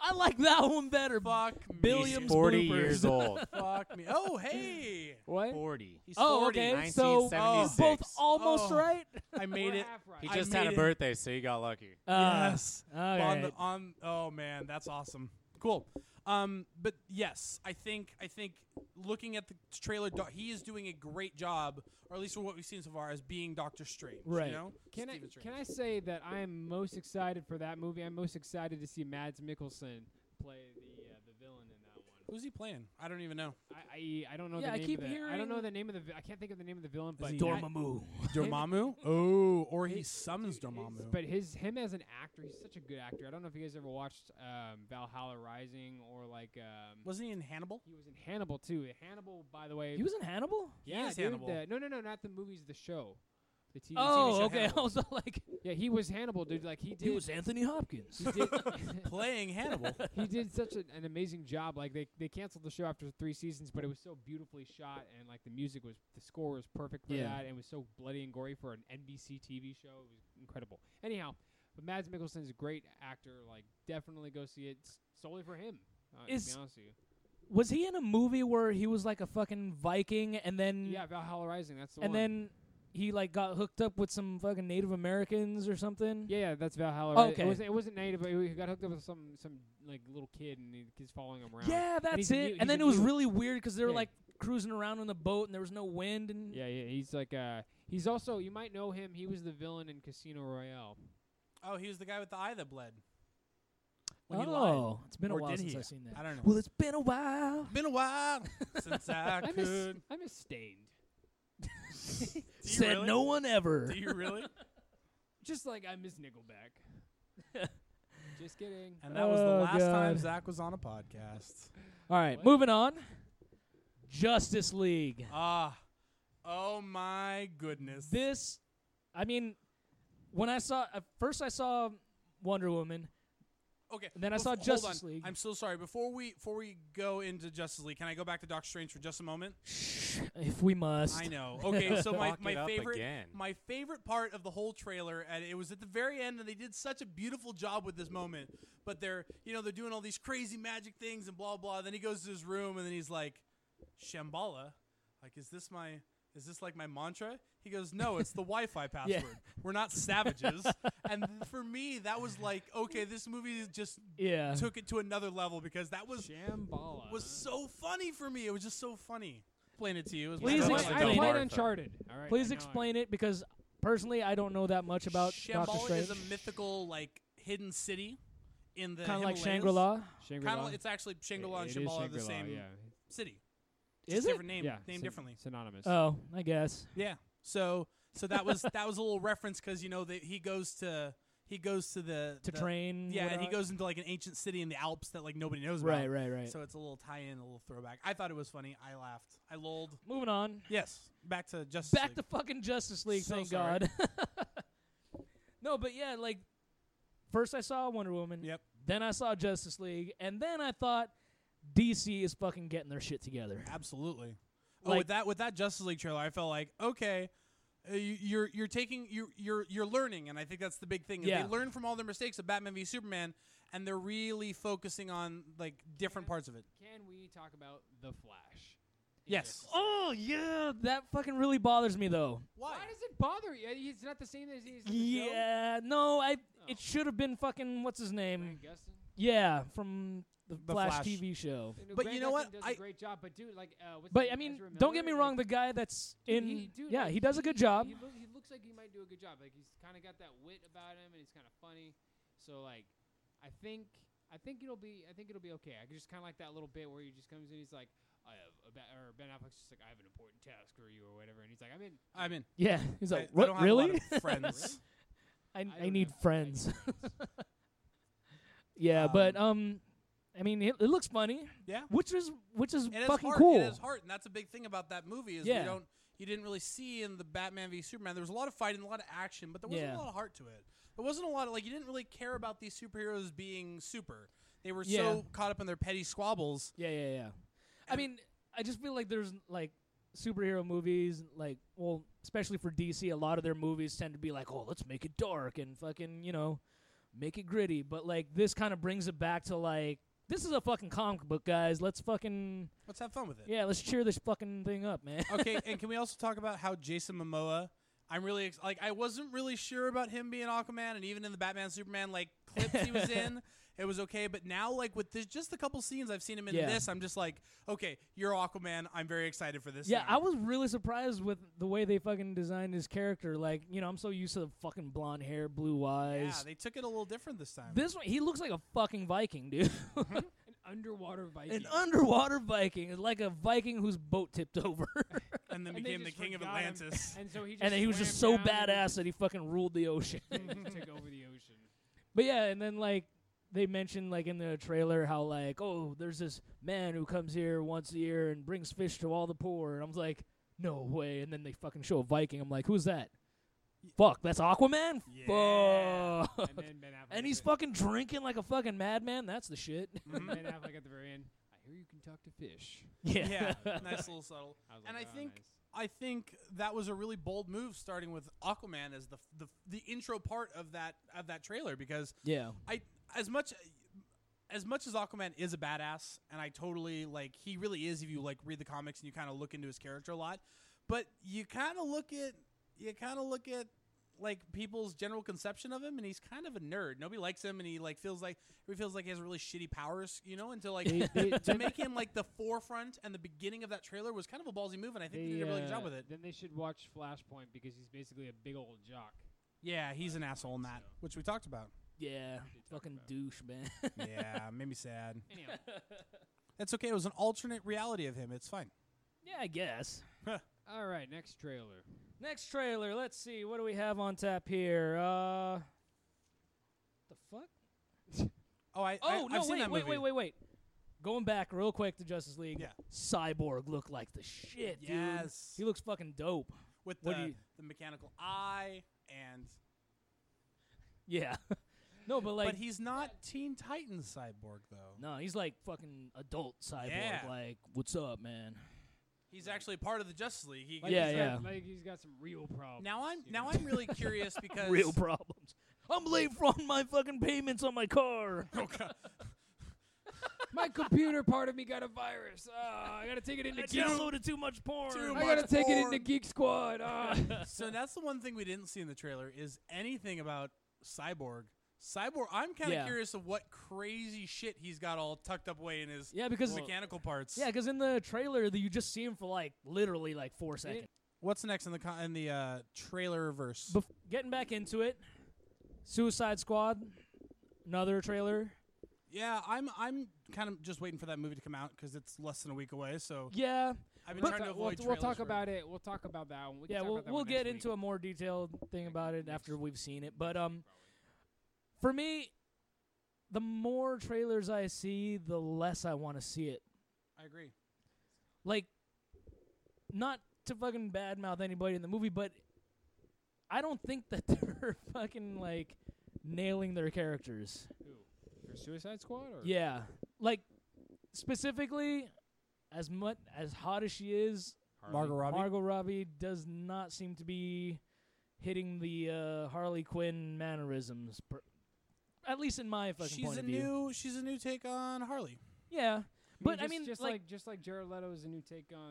Speaker 2: I like that one better.
Speaker 1: fuck
Speaker 2: Billions
Speaker 1: me.
Speaker 2: He's 40
Speaker 4: 40
Speaker 2: bloopers. years
Speaker 4: years old.
Speaker 1: Fuck me. Oh hey.
Speaker 3: what?
Speaker 4: 40.
Speaker 1: He's
Speaker 2: Oh,
Speaker 1: 40.
Speaker 2: okay.
Speaker 1: Nice.
Speaker 2: so- Both
Speaker 4: 1976.
Speaker 2: almost
Speaker 1: Oh.
Speaker 2: right.
Speaker 1: I made
Speaker 3: We're
Speaker 1: it.
Speaker 3: half right.
Speaker 4: he
Speaker 1: I
Speaker 4: just
Speaker 1: made
Speaker 4: had a
Speaker 1: it.
Speaker 4: birthday, so you got lucky.
Speaker 2: Uh,
Speaker 1: yes.
Speaker 2: all
Speaker 1: on
Speaker 2: right.
Speaker 1: the on oh man that's awesome cool um but yes i think i think looking at the trailer Do- he is doing a great job or at least from what we've seen so far as being doctor strange
Speaker 2: Right.
Speaker 1: you know
Speaker 3: Can I
Speaker 1: Stephen Strange.
Speaker 3: can I say that I am most excited for that movie? I'm most excited to see Mads Mikkelsen play the uh, the villain in that one.
Speaker 1: who's he playing i don't even know
Speaker 3: I I, I don't know.
Speaker 2: Yeah,
Speaker 3: the
Speaker 2: I
Speaker 3: name
Speaker 2: keep
Speaker 3: of the, I don't know
Speaker 2: hearing-
Speaker 3: the name of the. vi- I can't think of the name of the villain, but
Speaker 1: he
Speaker 3: that-
Speaker 2: Dormammu.
Speaker 1: dormammu oh or he
Speaker 3: His-
Speaker 1: summons
Speaker 3: dude, his-
Speaker 1: dormammu
Speaker 3: Mm. But his him as an actor, he's such a good actor. I don't know if you guys ever watched um, Valhalla Rising or like um,
Speaker 1: wasn't he in hannibal
Speaker 3: he was in Hannibal too. Hannibal, by the way,
Speaker 2: He was in Hannibal.
Speaker 3: yeah,
Speaker 1: is
Speaker 3: dude,
Speaker 1: Hannibal.
Speaker 3: the- no, no, no, not the movies, the show, the TV.
Speaker 2: Oh,
Speaker 1: show
Speaker 2: okay. I
Speaker 1: Hannibal.
Speaker 2: was all like,
Speaker 3: yeah, he was Hannibal, dude. Like he did.
Speaker 2: he was Anthony Hopkins.
Speaker 3: he did,
Speaker 1: playing hannibal
Speaker 3: he did such a, an amazing job. Like they, they canceled the show after three seasons, but it was so beautifully shot, and like the music was, the score was perfect for
Speaker 2: Yeah.
Speaker 3: that, and it was so bloody and gory for an NBC TV show. It was incredible. Anyhow, but Mads Mikkelsen is a great actor. Like definitely go see it s- solely for him. Uh, to
Speaker 2: Is-
Speaker 3: be honest with you.
Speaker 2: was he in a movie where he was like a fucking Viking and then
Speaker 3: Yeah, Valhalla Rising. That's the
Speaker 2: and
Speaker 3: one.
Speaker 2: then he like got hooked up with some fucking Native Americans or something?
Speaker 3: yeah, yeah, that's Valhalla.
Speaker 2: Oh,
Speaker 3: Rising.
Speaker 2: okay.
Speaker 3: it wasn't, it wasn't native. But he got hooked up with some some like little kid, and he, he's following him around.
Speaker 2: Yeah, that's
Speaker 3: he's a
Speaker 2: it.
Speaker 3: new- he's
Speaker 2: and then
Speaker 3: a
Speaker 2: it was
Speaker 3: new-
Speaker 2: really weird because they were
Speaker 3: Yeah.
Speaker 2: like cruising around on the boat and there was no wind and
Speaker 3: Yeah, yeah, he's like uh he's also you might know him. He was the villain in Casino Royale.
Speaker 1: oh he was the guy with the eye that bled when
Speaker 2: oh,
Speaker 1: he lied
Speaker 2: it's been
Speaker 1: Or
Speaker 2: a while
Speaker 1: did
Speaker 2: since
Speaker 1: he?
Speaker 2: I've seen that.
Speaker 1: i don't know
Speaker 2: Well, it's been a while.
Speaker 1: been a while since I
Speaker 3: I miss
Speaker 1: could.
Speaker 3: I miss stained.
Speaker 1: Do you
Speaker 2: Said
Speaker 1: really?
Speaker 2: no one ever.
Speaker 1: Do you really?
Speaker 3: Just like I miss Nickelback. Just kidding.
Speaker 1: And that was the
Speaker 2: Oh,
Speaker 1: last time
Speaker 2: God.
Speaker 1: Zach was on a podcast.
Speaker 2: All right,
Speaker 3: What?
Speaker 2: moving on. Justice League.
Speaker 1: Ah, oh my goodness.
Speaker 2: This, I mean, when I saw at first I saw Wonder Woman.
Speaker 1: okay.
Speaker 2: and then I saw
Speaker 1: hold
Speaker 2: Justice
Speaker 1: on.
Speaker 2: League.
Speaker 1: I'm so sorry. Before we before we go into Justice League, can I go back to Doctor Strange for just a moment?
Speaker 2: Shh, if we must.
Speaker 1: I know. Okay, so my,
Speaker 4: Fuck it
Speaker 1: my
Speaker 4: up
Speaker 1: favorite
Speaker 4: again.
Speaker 1: my favorite part of the whole trailer, and it was at the very end, and they did such a beautiful job with this moment. But they're you know they're doing all these crazy magic things and blah blah. Then he goes to his room, and then he's like, Shambhala, like is this my is this like my mantra? He goes, no, it's the Wi-Fi password. We're not savages. and for me, that was like, okay, this movie just
Speaker 2: yeah.
Speaker 1: took it to another level because that was
Speaker 3: Shambhala.
Speaker 1: was so funny for me. It was just so funny. Explain it to you. Is
Speaker 2: Please
Speaker 1: my
Speaker 3: I, play-
Speaker 2: explain-
Speaker 3: I played
Speaker 4: Martha.
Speaker 3: Uncharted. All right.
Speaker 2: Please
Speaker 3: I know I-
Speaker 2: explain it because personally, I don't know that much about Doctor
Speaker 1: Shambhala
Speaker 2: Strange.
Speaker 1: is a mythical like hidden city in the
Speaker 2: Kind of like
Speaker 1: Himalayas.
Speaker 2: Shangri La.
Speaker 3: Shangri-La.
Speaker 1: Kind of, it's actually Shangri-La and
Speaker 3: It is
Speaker 1: Shambhala are the
Speaker 3: Shangri-La,
Speaker 1: same
Speaker 3: Yeah.
Speaker 1: city. It's
Speaker 2: Is
Speaker 1: just
Speaker 2: it?
Speaker 1: different name,
Speaker 3: yeah,
Speaker 1: named
Speaker 3: syn-
Speaker 1: differently.
Speaker 3: Synonymous.
Speaker 2: Oh, I guess.
Speaker 1: Yeah. So so that was that was a little reference because you know that he goes to he goes to the
Speaker 2: To
Speaker 1: the-
Speaker 2: train.
Speaker 1: Yeah, and he
Speaker 2: whatnot.
Speaker 1: goes into like an ancient city in the Alps that like nobody knows
Speaker 2: Right,
Speaker 1: about.
Speaker 2: right, right.
Speaker 1: So it's a little tie-in, a little throwback. I thought it was funny. I laughed. I lolled.
Speaker 2: Moving on.
Speaker 1: Yes. Back to Justice
Speaker 2: Back
Speaker 1: League.
Speaker 2: to fucking Justice League,
Speaker 1: So
Speaker 2: thank
Speaker 1: sorry.
Speaker 2: God. no, but yeah, like first I saw Wonder Woman,
Speaker 1: Yep.
Speaker 2: then I saw Justice League, and then I thought DC is fucking getting their shit together.
Speaker 1: Absolutely. oh,
Speaker 2: Like-
Speaker 1: with that with that Justice League trailer, I felt like okay, uh, you, you're you're taking you you're you're learning, and I think that's the big thing. is
Speaker 2: Yeah.
Speaker 1: They learn from all their mistakes of Batman v Superman, and they're really focusing on like different
Speaker 3: Yeah.
Speaker 1: parts of it.
Speaker 3: Can we talk about The Flash?
Speaker 1: Yes.
Speaker 2: Oh yeah, that fucking really bothers me though.
Speaker 3: Why? does it bother you? He's not the same as he is. in the film?
Speaker 2: Yeah, no, I it
Speaker 3: Oh.
Speaker 2: should have been fucking what's his
Speaker 3: Grant
Speaker 2: name?
Speaker 3: Oh, Gustin?
Speaker 2: Yeah, from the,
Speaker 1: The
Speaker 2: Flash,
Speaker 1: Flash.
Speaker 2: TV show.
Speaker 3: You know,
Speaker 1: But
Speaker 3: Grant
Speaker 1: you know what?
Speaker 3: Gustin Does
Speaker 1: I-
Speaker 3: a great job, but dude, like, uh, what's
Speaker 2: But
Speaker 3: his
Speaker 2: I
Speaker 3: name,
Speaker 2: mean,
Speaker 3: Ezra
Speaker 2: don't get me
Speaker 3: Miller?
Speaker 2: wrong.
Speaker 3: Like,
Speaker 2: The guy that's
Speaker 3: dude,
Speaker 2: in,
Speaker 3: he- dude,
Speaker 2: yeah,
Speaker 3: like,
Speaker 2: he does a good job.
Speaker 3: He, look, he looks like he might do a good job. Like he's kind of got that wit about him, and he's kind of funny. So like, I think I think it'll be I think it'll be okay. I just kind of like that little bit where he just comes in. He's like, I have a ba- or Ben Affleck's just like, I have an important task for you or whatever, and he's like, I'm in.
Speaker 1: I mean,
Speaker 2: yeah, he's
Speaker 1: I,
Speaker 2: like,
Speaker 1: I
Speaker 2: what?
Speaker 1: don't have a lot
Speaker 2: really?
Speaker 1: of friends.
Speaker 2: I,
Speaker 3: I
Speaker 2: I
Speaker 3: don't
Speaker 2: need
Speaker 3: have- I
Speaker 2: friends.
Speaker 3: need friends.
Speaker 2: Yeah, but
Speaker 1: Um,
Speaker 2: um, I mean, it, it looks funny.
Speaker 1: Yeah.
Speaker 2: which is which is
Speaker 1: It has
Speaker 2: fucking
Speaker 1: heart.
Speaker 2: cool.
Speaker 1: It has heart, and that's a big thing about that movie is
Speaker 2: Yeah.
Speaker 1: you don't you didn't really see in the Batman v Superman. There was a lot of fighting, a lot of action, but there wasn't
Speaker 2: Yeah.
Speaker 1: a lot of heart to it. There wasn't a lot of like you didn't really care about these superheroes being super. They were
Speaker 2: Yeah.
Speaker 1: so caught up in their petty squabbles.
Speaker 2: Yeah, yeah, yeah. I
Speaker 1: And-
Speaker 2: mean, I just feel like there's like superhero movies, like well, especially for DC, a lot of their movies tend to be like, oh, let's make it dark and fucking, you know, make it gritty. But like this kind of brings it back to like. This is a fucking comic book, guys. Let's fucking
Speaker 1: Let's have fun with it.
Speaker 2: yeah, let's cheer this fucking thing up, man.
Speaker 1: okay, and can we also talk about how Jason Momoa? I'm really ex- like I wasn't really sure about him being Aquaman, and even in the Batman Superman like clips he was in, it was okay. But now, like with this, just a couple scenes I've seen him in
Speaker 2: Yeah.
Speaker 1: this, I'm just like, okay, you're Aquaman. I'm very excited for this.
Speaker 2: Yeah,
Speaker 1: now.
Speaker 2: I was really surprised with the way they fucking designed his character. Like, you know, I'm so used to the fucking blonde hair, blue
Speaker 1: Yeah,
Speaker 2: eyes.
Speaker 1: they took it a little different this time.
Speaker 2: this one, he looks like a fucking Viking, dude.
Speaker 3: an underwater Viking.
Speaker 2: An underwater Viking, like a Viking whose boat tipped over,
Speaker 1: and then
Speaker 3: And they
Speaker 1: became the
Speaker 3: just
Speaker 1: king of
Speaker 3: forgot him.
Speaker 1: Atlantis.
Speaker 3: and so he just
Speaker 2: and he was just so
Speaker 3: swam down and
Speaker 2: badass that he fucking ruled the ocean.
Speaker 3: just took over the ocean.
Speaker 2: But yeah, and then like they mentioned like in the trailer how like oh there's this man who comes here once a year and brings fish to all the poor, and I was like no way. And then they fucking show a Viking. I'm like who's that? Fuck, that's Aquaman.
Speaker 1: Yeah.
Speaker 2: Fuck.
Speaker 3: And then Ben Affleck.
Speaker 2: And he's
Speaker 3: at
Speaker 2: fucking drinking like a fucking madman. That's the shit.
Speaker 3: the- and
Speaker 1: Mhm.
Speaker 3: Ben Affleck at the very end. I hear you can talk to fish.
Speaker 1: yeah, nice little subtle.
Speaker 3: I was
Speaker 1: And
Speaker 3: like,
Speaker 1: I
Speaker 3: "Oh,
Speaker 1: think-
Speaker 3: nice."
Speaker 1: I think that was a really bold move, starting with Aquaman as the the, the intro part of that of that trailer, because
Speaker 2: yeah.
Speaker 1: I as much as much as Aquaman is a badass, and I totally like he really is. If you like read the comics and you kind of look into his character a lot, but you kind of look at you kind of look at like people's general conception of him, and he's kind of a nerd. Nobody likes him, and he like feels like he feels like he has really shitty powers, you know. Until like
Speaker 3: They- they-
Speaker 1: to make him like the forefront and the beginning of that trailer was kind of a ballsy move, and I think they, did a really good
Speaker 3: uh,
Speaker 1: job with it.
Speaker 3: Then they should watch Flashpoint because he's basically a big old jock.
Speaker 1: Yeah, he's an asshole in that, which we talked about.
Speaker 2: Yeah.
Speaker 3: We did talk
Speaker 2: Fucking
Speaker 3: about it.
Speaker 2: douche, man.
Speaker 1: yeah, made me sad.
Speaker 3: Anyhow,
Speaker 1: That's okay. It was an alternate reality of him. It's fine.
Speaker 2: yeah, I guess.
Speaker 3: all right, next trailer.
Speaker 2: Next trailer. Let's see. What do we have on tap here? Uh. The fuck?
Speaker 1: Oh, I I,
Speaker 2: Oh
Speaker 1: I've
Speaker 2: no!
Speaker 1: seen
Speaker 2: wait,
Speaker 1: that
Speaker 2: wait,
Speaker 1: movie.
Speaker 2: wait, wait, wait. Going back real quick to Justice League.
Speaker 1: Yeah.
Speaker 2: Cyborg looked like the shit, dude.
Speaker 1: Yes.
Speaker 2: He looks fucking dope.
Speaker 1: with
Speaker 2: What
Speaker 1: the,
Speaker 2: do you-
Speaker 1: the mechanical eye and
Speaker 2: Yeah. no, but like.
Speaker 1: but he's not Teen Titans cyborg though.
Speaker 2: no, he's like fucking adult cyborg.
Speaker 1: Yeah.
Speaker 2: Like, what's up, man?
Speaker 1: He's actually part of the Justice League. He,
Speaker 3: Like
Speaker 2: Yeah,
Speaker 3: he's
Speaker 2: yeah.
Speaker 3: Got, like he's got some real problems.
Speaker 1: Now I'm
Speaker 3: you
Speaker 1: now
Speaker 3: know?
Speaker 1: I'm really curious because
Speaker 2: Real problems. I'm late for on my fucking payments on my car.
Speaker 1: Oh, God.
Speaker 3: My computer part of me got a virus. Oh,
Speaker 1: Ah,
Speaker 3: I gotta take it into
Speaker 2: I
Speaker 3: Geek.
Speaker 2: downloaded too much porn.
Speaker 1: Too
Speaker 3: I
Speaker 1: much
Speaker 3: gotta take it
Speaker 1: porn.
Speaker 3: into Geek Squad. Oh.
Speaker 1: so that's the one thing we didn't see in the trailer is anything about Cyborg. Cyborg. I'm kind of
Speaker 2: Yeah.
Speaker 1: curious of what crazy shit he's got all tucked up away in his
Speaker 2: Yeah, because
Speaker 1: mechanical parts.
Speaker 2: yeah, because in the trailer the, you just see him for like literally like four seconds.
Speaker 1: What's next in the con- in the uh, trailer verse?
Speaker 2: Bef- getting back into it, Suicide Squad, another trailer.
Speaker 1: yeah, I'm I'm kind of just waiting for that movie to come out because it's less than a week away. So
Speaker 2: Yeah,
Speaker 1: I've been
Speaker 3: But
Speaker 1: trying to
Speaker 3: we'll,
Speaker 1: avoid.
Speaker 3: we'll
Speaker 1: trailers
Speaker 3: talk
Speaker 1: for-
Speaker 3: about it. We'll talk about that one. We can
Speaker 2: yeah.
Speaker 3: talk
Speaker 2: We'll
Speaker 3: about that
Speaker 2: we'll
Speaker 3: one
Speaker 2: get
Speaker 3: next
Speaker 2: into
Speaker 3: week.
Speaker 2: a more detailed thing
Speaker 3: Like,
Speaker 2: about it after
Speaker 3: next-
Speaker 2: we've seen it. But um, for me, the more trailers I see, the less I want to see it.
Speaker 1: I agree.
Speaker 2: Like, not to fucking badmouth anybody in the movie, but I don't think that they're fucking like nailing their characters.
Speaker 3: Who? For Suicide Squad? Or?
Speaker 2: Yeah, like specifically, as much as hot as she is,
Speaker 3: Harley?
Speaker 1: Margot Robbie.
Speaker 2: Margot Robbie does not seem to be hitting the uh, Harley Quinn mannerisms. Per- at least in my fucking
Speaker 1: she's
Speaker 2: point
Speaker 1: a
Speaker 2: of view.
Speaker 1: new she's a new take on Harley.
Speaker 2: yeah, but I
Speaker 3: just-
Speaker 2: mean,
Speaker 3: just
Speaker 2: like,
Speaker 3: just like Jared Leto is a new take on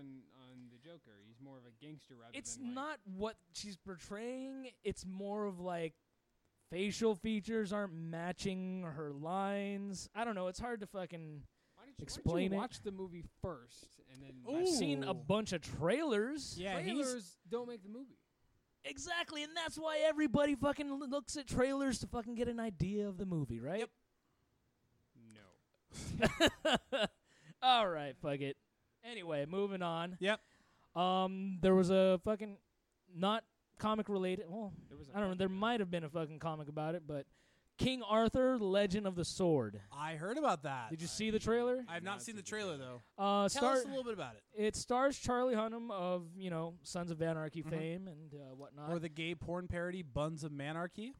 Speaker 3: on the Joker. He's more of a gangster rather
Speaker 2: it's
Speaker 3: than like-
Speaker 2: not what she's portraying. It's more of like facial features aren't matching her lines. I don't know. It's hard to fucking.
Speaker 3: Why don't you, why
Speaker 2: explain
Speaker 3: don't
Speaker 2: it.
Speaker 3: you watch the movie first and then
Speaker 2: I've seen
Speaker 1: Ooh.
Speaker 2: a bunch of trailers.
Speaker 1: Yeah, he's-
Speaker 3: trailers don't make the movie.
Speaker 2: Exactly, and that's why everybody fucking l- looks at trailers to fucking get an idea of the movie, right?
Speaker 3: No.
Speaker 2: All right, fuck it. Anyway, moving on.
Speaker 1: Yep.
Speaker 2: Um, there was a fucking not comic related. Well,
Speaker 3: There was a
Speaker 2: I don't know.
Speaker 3: fucking
Speaker 2: There
Speaker 3: movie.
Speaker 2: might have been a fucking comic about it, but King Arthur: Legend of the Sword.
Speaker 1: I heard about that.
Speaker 2: Did you see the trailer?
Speaker 1: I have not, seen the trailer though. Tell
Speaker 2: Uh, star.
Speaker 1: us a little bit about it.
Speaker 2: It stars Charlie Hunnam of you know Sons of Anarchy fame and uh, whatnot.
Speaker 1: Mm-hmm. Or the gay porn parody Buns of Manarchy.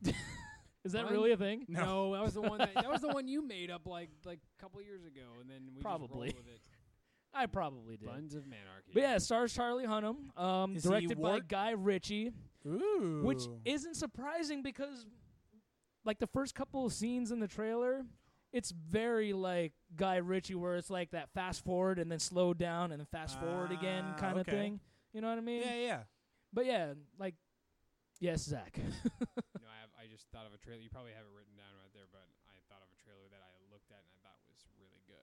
Speaker 2: Is that
Speaker 3: Fun?
Speaker 2: really a thing?
Speaker 1: No.
Speaker 3: No, that was the one that, that was the one you made up like like a couple years ago, and then we
Speaker 2: Probably.
Speaker 3: just rolled with it.
Speaker 2: I probably did.
Speaker 3: Buns of Manarchy.
Speaker 2: But yeah, it stars Charlie Hunnam, um,
Speaker 1: Is he
Speaker 2: directed by
Speaker 1: Wart?
Speaker 2: Guy Ritchie,
Speaker 1: Ooh.
Speaker 2: which isn't surprising because, like, the first couple of scenes in the trailer, it's very like Guy Ritchie, where it's like that fast forward and then slow down and then fast forward again
Speaker 1: Ah,
Speaker 2: kind of
Speaker 1: okay.
Speaker 2: thing. You know what I mean?
Speaker 1: yeah, yeah.
Speaker 2: But yeah, like, yes, Zach.
Speaker 3: No, I have, I just thought of a trailer. You probably have it written down right there, but I thought of a trailer that I looked at and I thought was really good.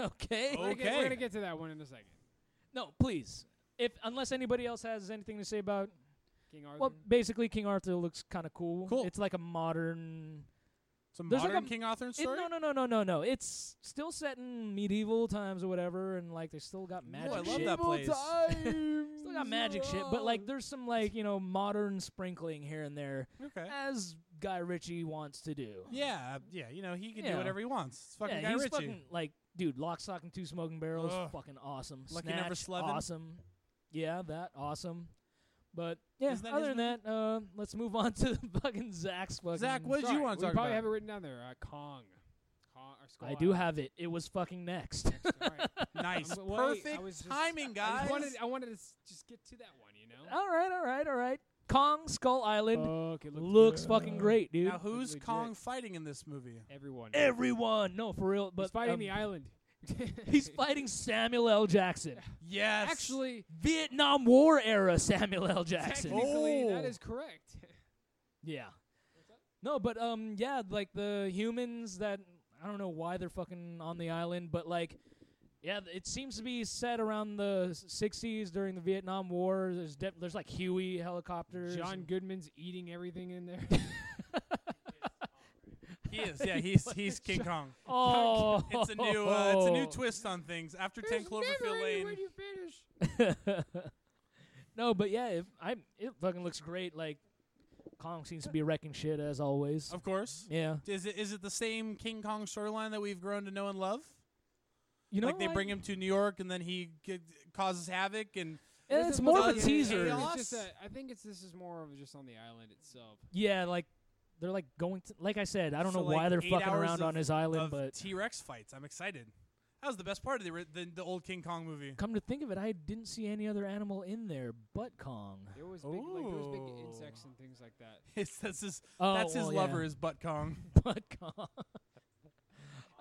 Speaker 2: okay.
Speaker 1: Oh.
Speaker 3: We're gonna get-
Speaker 1: Okay.
Speaker 3: we're gonna get to that one in a second.
Speaker 2: No, please. If unless anybody else has anything to say about,
Speaker 3: King Arthur.
Speaker 2: well, basically King Arthur looks kind of cool.
Speaker 1: Cool.
Speaker 2: It's like a modern
Speaker 1: It's a
Speaker 2: There's like
Speaker 1: modern
Speaker 2: a-
Speaker 1: King Arthur
Speaker 2: It,
Speaker 1: story.
Speaker 2: no, no, no, no, no, no. It's still set in medieval times or whatever, and like they still got magic.
Speaker 1: I love
Speaker 2: shit.
Speaker 1: that place.
Speaker 2: Still got magic shit, but like there's some like you know modern sprinkling here and there,
Speaker 1: Okay.
Speaker 2: as Guy Ritchie wants to do.
Speaker 1: Yeah, yeah. You know, he can
Speaker 2: Yeah.
Speaker 1: do whatever he wants. It's fucking
Speaker 2: yeah,
Speaker 1: Guy
Speaker 2: he's
Speaker 1: Ritchie.
Speaker 2: fucking like dude, lock, stock, and two smoking barrels,
Speaker 1: Ugh.
Speaker 2: fucking awesome.
Speaker 1: Lucky
Speaker 2: Snatch,
Speaker 1: number 11.
Speaker 2: awesome. Yeah, that awesome. But yeah,
Speaker 1: Isn't that
Speaker 2: other
Speaker 1: his
Speaker 2: than that, uh, let's move on to fucking Zach's fucking.
Speaker 1: Zach, what did you
Speaker 3: Sorry,
Speaker 1: want
Speaker 3: we
Speaker 1: to talk
Speaker 3: probably
Speaker 1: about?
Speaker 3: have it written down there. Uh, Kong. Kong or Skull
Speaker 2: I do
Speaker 3: Island.
Speaker 2: have it. It was fucking next.
Speaker 3: Next, all right.
Speaker 1: nice,
Speaker 3: Um, well, wait, I
Speaker 1: perfect
Speaker 3: was just-
Speaker 1: timing,
Speaker 3: I
Speaker 1: guys.
Speaker 3: just wanted, I wanted to s- just get to that one, you know.
Speaker 2: all right, all right, all right. Kong Skull
Speaker 1: Oh,
Speaker 2: Island.
Speaker 3: Fuck, it
Speaker 2: looks
Speaker 3: good.
Speaker 2: fucking great, dude.
Speaker 1: now, who's
Speaker 3: legit.
Speaker 1: Kong fighting in this movie?
Speaker 3: Everyone.
Speaker 2: Everyone, no, for real, but
Speaker 3: he's fighting
Speaker 2: um,
Speaker 3: the island.
Speaker 2: he's fighting Samuel L. Jackson,
Speaker 1: Yes,
Speaker 3: Actually,
Speaker 2: Vietnam War era Samuel L. Jackson.
Speaker 1: Technic-
Speaker 3: technically, that
Speaker 1: Oh.
Speaker 3: is correct.
Speaker 2: Yeah,
Speaker 3: What's that?
Speaker 2: no, but um, yeah, like the humans that I don't know why they're fucking on the island, but like, yeah, it seems to be set around the '60s during the Vietnam War. There's de- there's like Huey helicopters.
Speaker 3: John
Speaker 2: and-
Speaker 3: Goodman's eating everything in there.
Speaker 1: he is. Yeah, he's he's King Kong.
Speaker 2: oh,
Speaker 1: It's a new uh, it's a new twist on things after Ten Cloverfield Lane.
Speaker 3: you finish.
Speaker 2: no, but yeah, if I it fucking looks great. Like Kong seems to be wrecking shit as always.
Speaker 1: Of course.
Speaker 2: Yeah,
Speaker 1: Is it is it the same King Kong storyline that we've grown to know and love?
Speaker 2: you know,
Speaker 1: like they bring him to New York and then he g- causes havoc and
Speaker 2: Yeah, it's more of a
Speaker 1: Chaos.
Speaker 2: teaser.
Speaker 1: Chaos.
Speaker 3: It's just a, I think it's this is more of just on the island itself.
Speaker 2: Yeah, like they're like going. To, like I said, I don't
Speaker 1: So,
Speaker 2: know
Speaker 1: like,
Speaker 2: why they're
Speaker 1: eight
Speaker 2: fucking
Speaker 1: hours
Speaker 2: around
Speaker 1: of-
Speaker 2: on his island,
Speaker 1: of
Speaker 2: but
Speaker 1: T-Rex fights. I'm excited. That was the best part of the ri- the, the old King Kong movie.
Speaker 2: come to think of it, I didn't see any other animal in there but Kong.
Speaker 3: There was big, like, there was big
Speaker 1: Ooh.
Speaker 3: insects and things like that.
Speaker 1: It's, that's his
Speaker 2: Oh,
Speaker 1: that's his
Speaker 2: well,
Speaker 1: lover
Speaker 2: yeah.
Speaker 1: is Butt Kong.
Speaker 2: but Kong.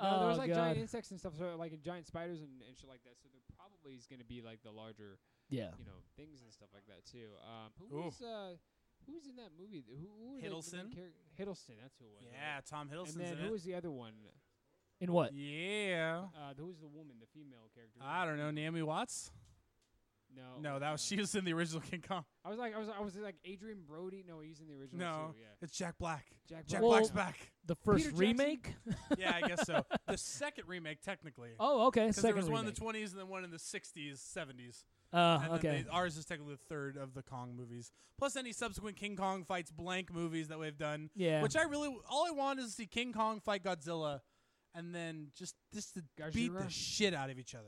Speaker 3: No, there was
Speaker 2: Oh,
Speaker 3: like giant
Speaker 2: God.
Speaker 3: insects and stuff, so like giant spiders and, and shit like that. So there probably is going to be like the larger,
Speaker 2: Yeah.
Speaker 3: you know, things and stuff like that too. Um, who
Speaker 1: Ooh.
Speaker 3: was uh, who was in that movie? Who, who were the- the main
Speaker 1: Hiddleston?
Speaker 3: character- Hiddleston, that's who it was.
Speaker 1: Yeah,
Speaker 3: right?
Speaker 1: Tom Hiddleston's
Speaker 3: And then
Speaker 1: in
Speaker 3: who
Speaker 1: it.
Speaker 3: was the other one?
Speaker 2: In what?
Speaker 1: yeah.
Speaker 3: Uh, who was the woman, the female character?
Speaker 1: I don't know. Naomi Watts?
Speaker 3: No,
Speaker 1: No, that was she was in the original King Kong.
Speaker 3: I was like, I was, I was like Adrian Brody. No, he's in the original.
Speaker 1: No.
Speaker 3: too, yeah.
Speaker 1: It's Jack Black.
Speaker 3: Jack,
Speaker 1: Jack
Speaker 2: Well-
Speaker 1: Black's back.
Speaker 2: The first
Speaker 3: Jackson.
Speaker 2: remake?
Speaker 1: yeah, I guess so. The second remake, technically.
Speaker 2: Oh, okay.
Speaker 1: Because there
Speaker 2: Second
Speaker 1: was one in
Speaker 2: remake.
Speaker 1: the 20s and then one in the 60s, 70s.
Speaker 2: uh,
Speaker 1: and
Speaker 2: okay.
Speaker 1: then they, ours is technically the third of the Kong movies. Plus any subsequent King Kong fights blank movies that we've done.
Speaker 2: yeah.
Speaker 1: Which I really, all I want is to see King Kong fight Godzilla and then just, just to beat the
Speaker 3: Gajira.
Speaker 1: shit out of each other.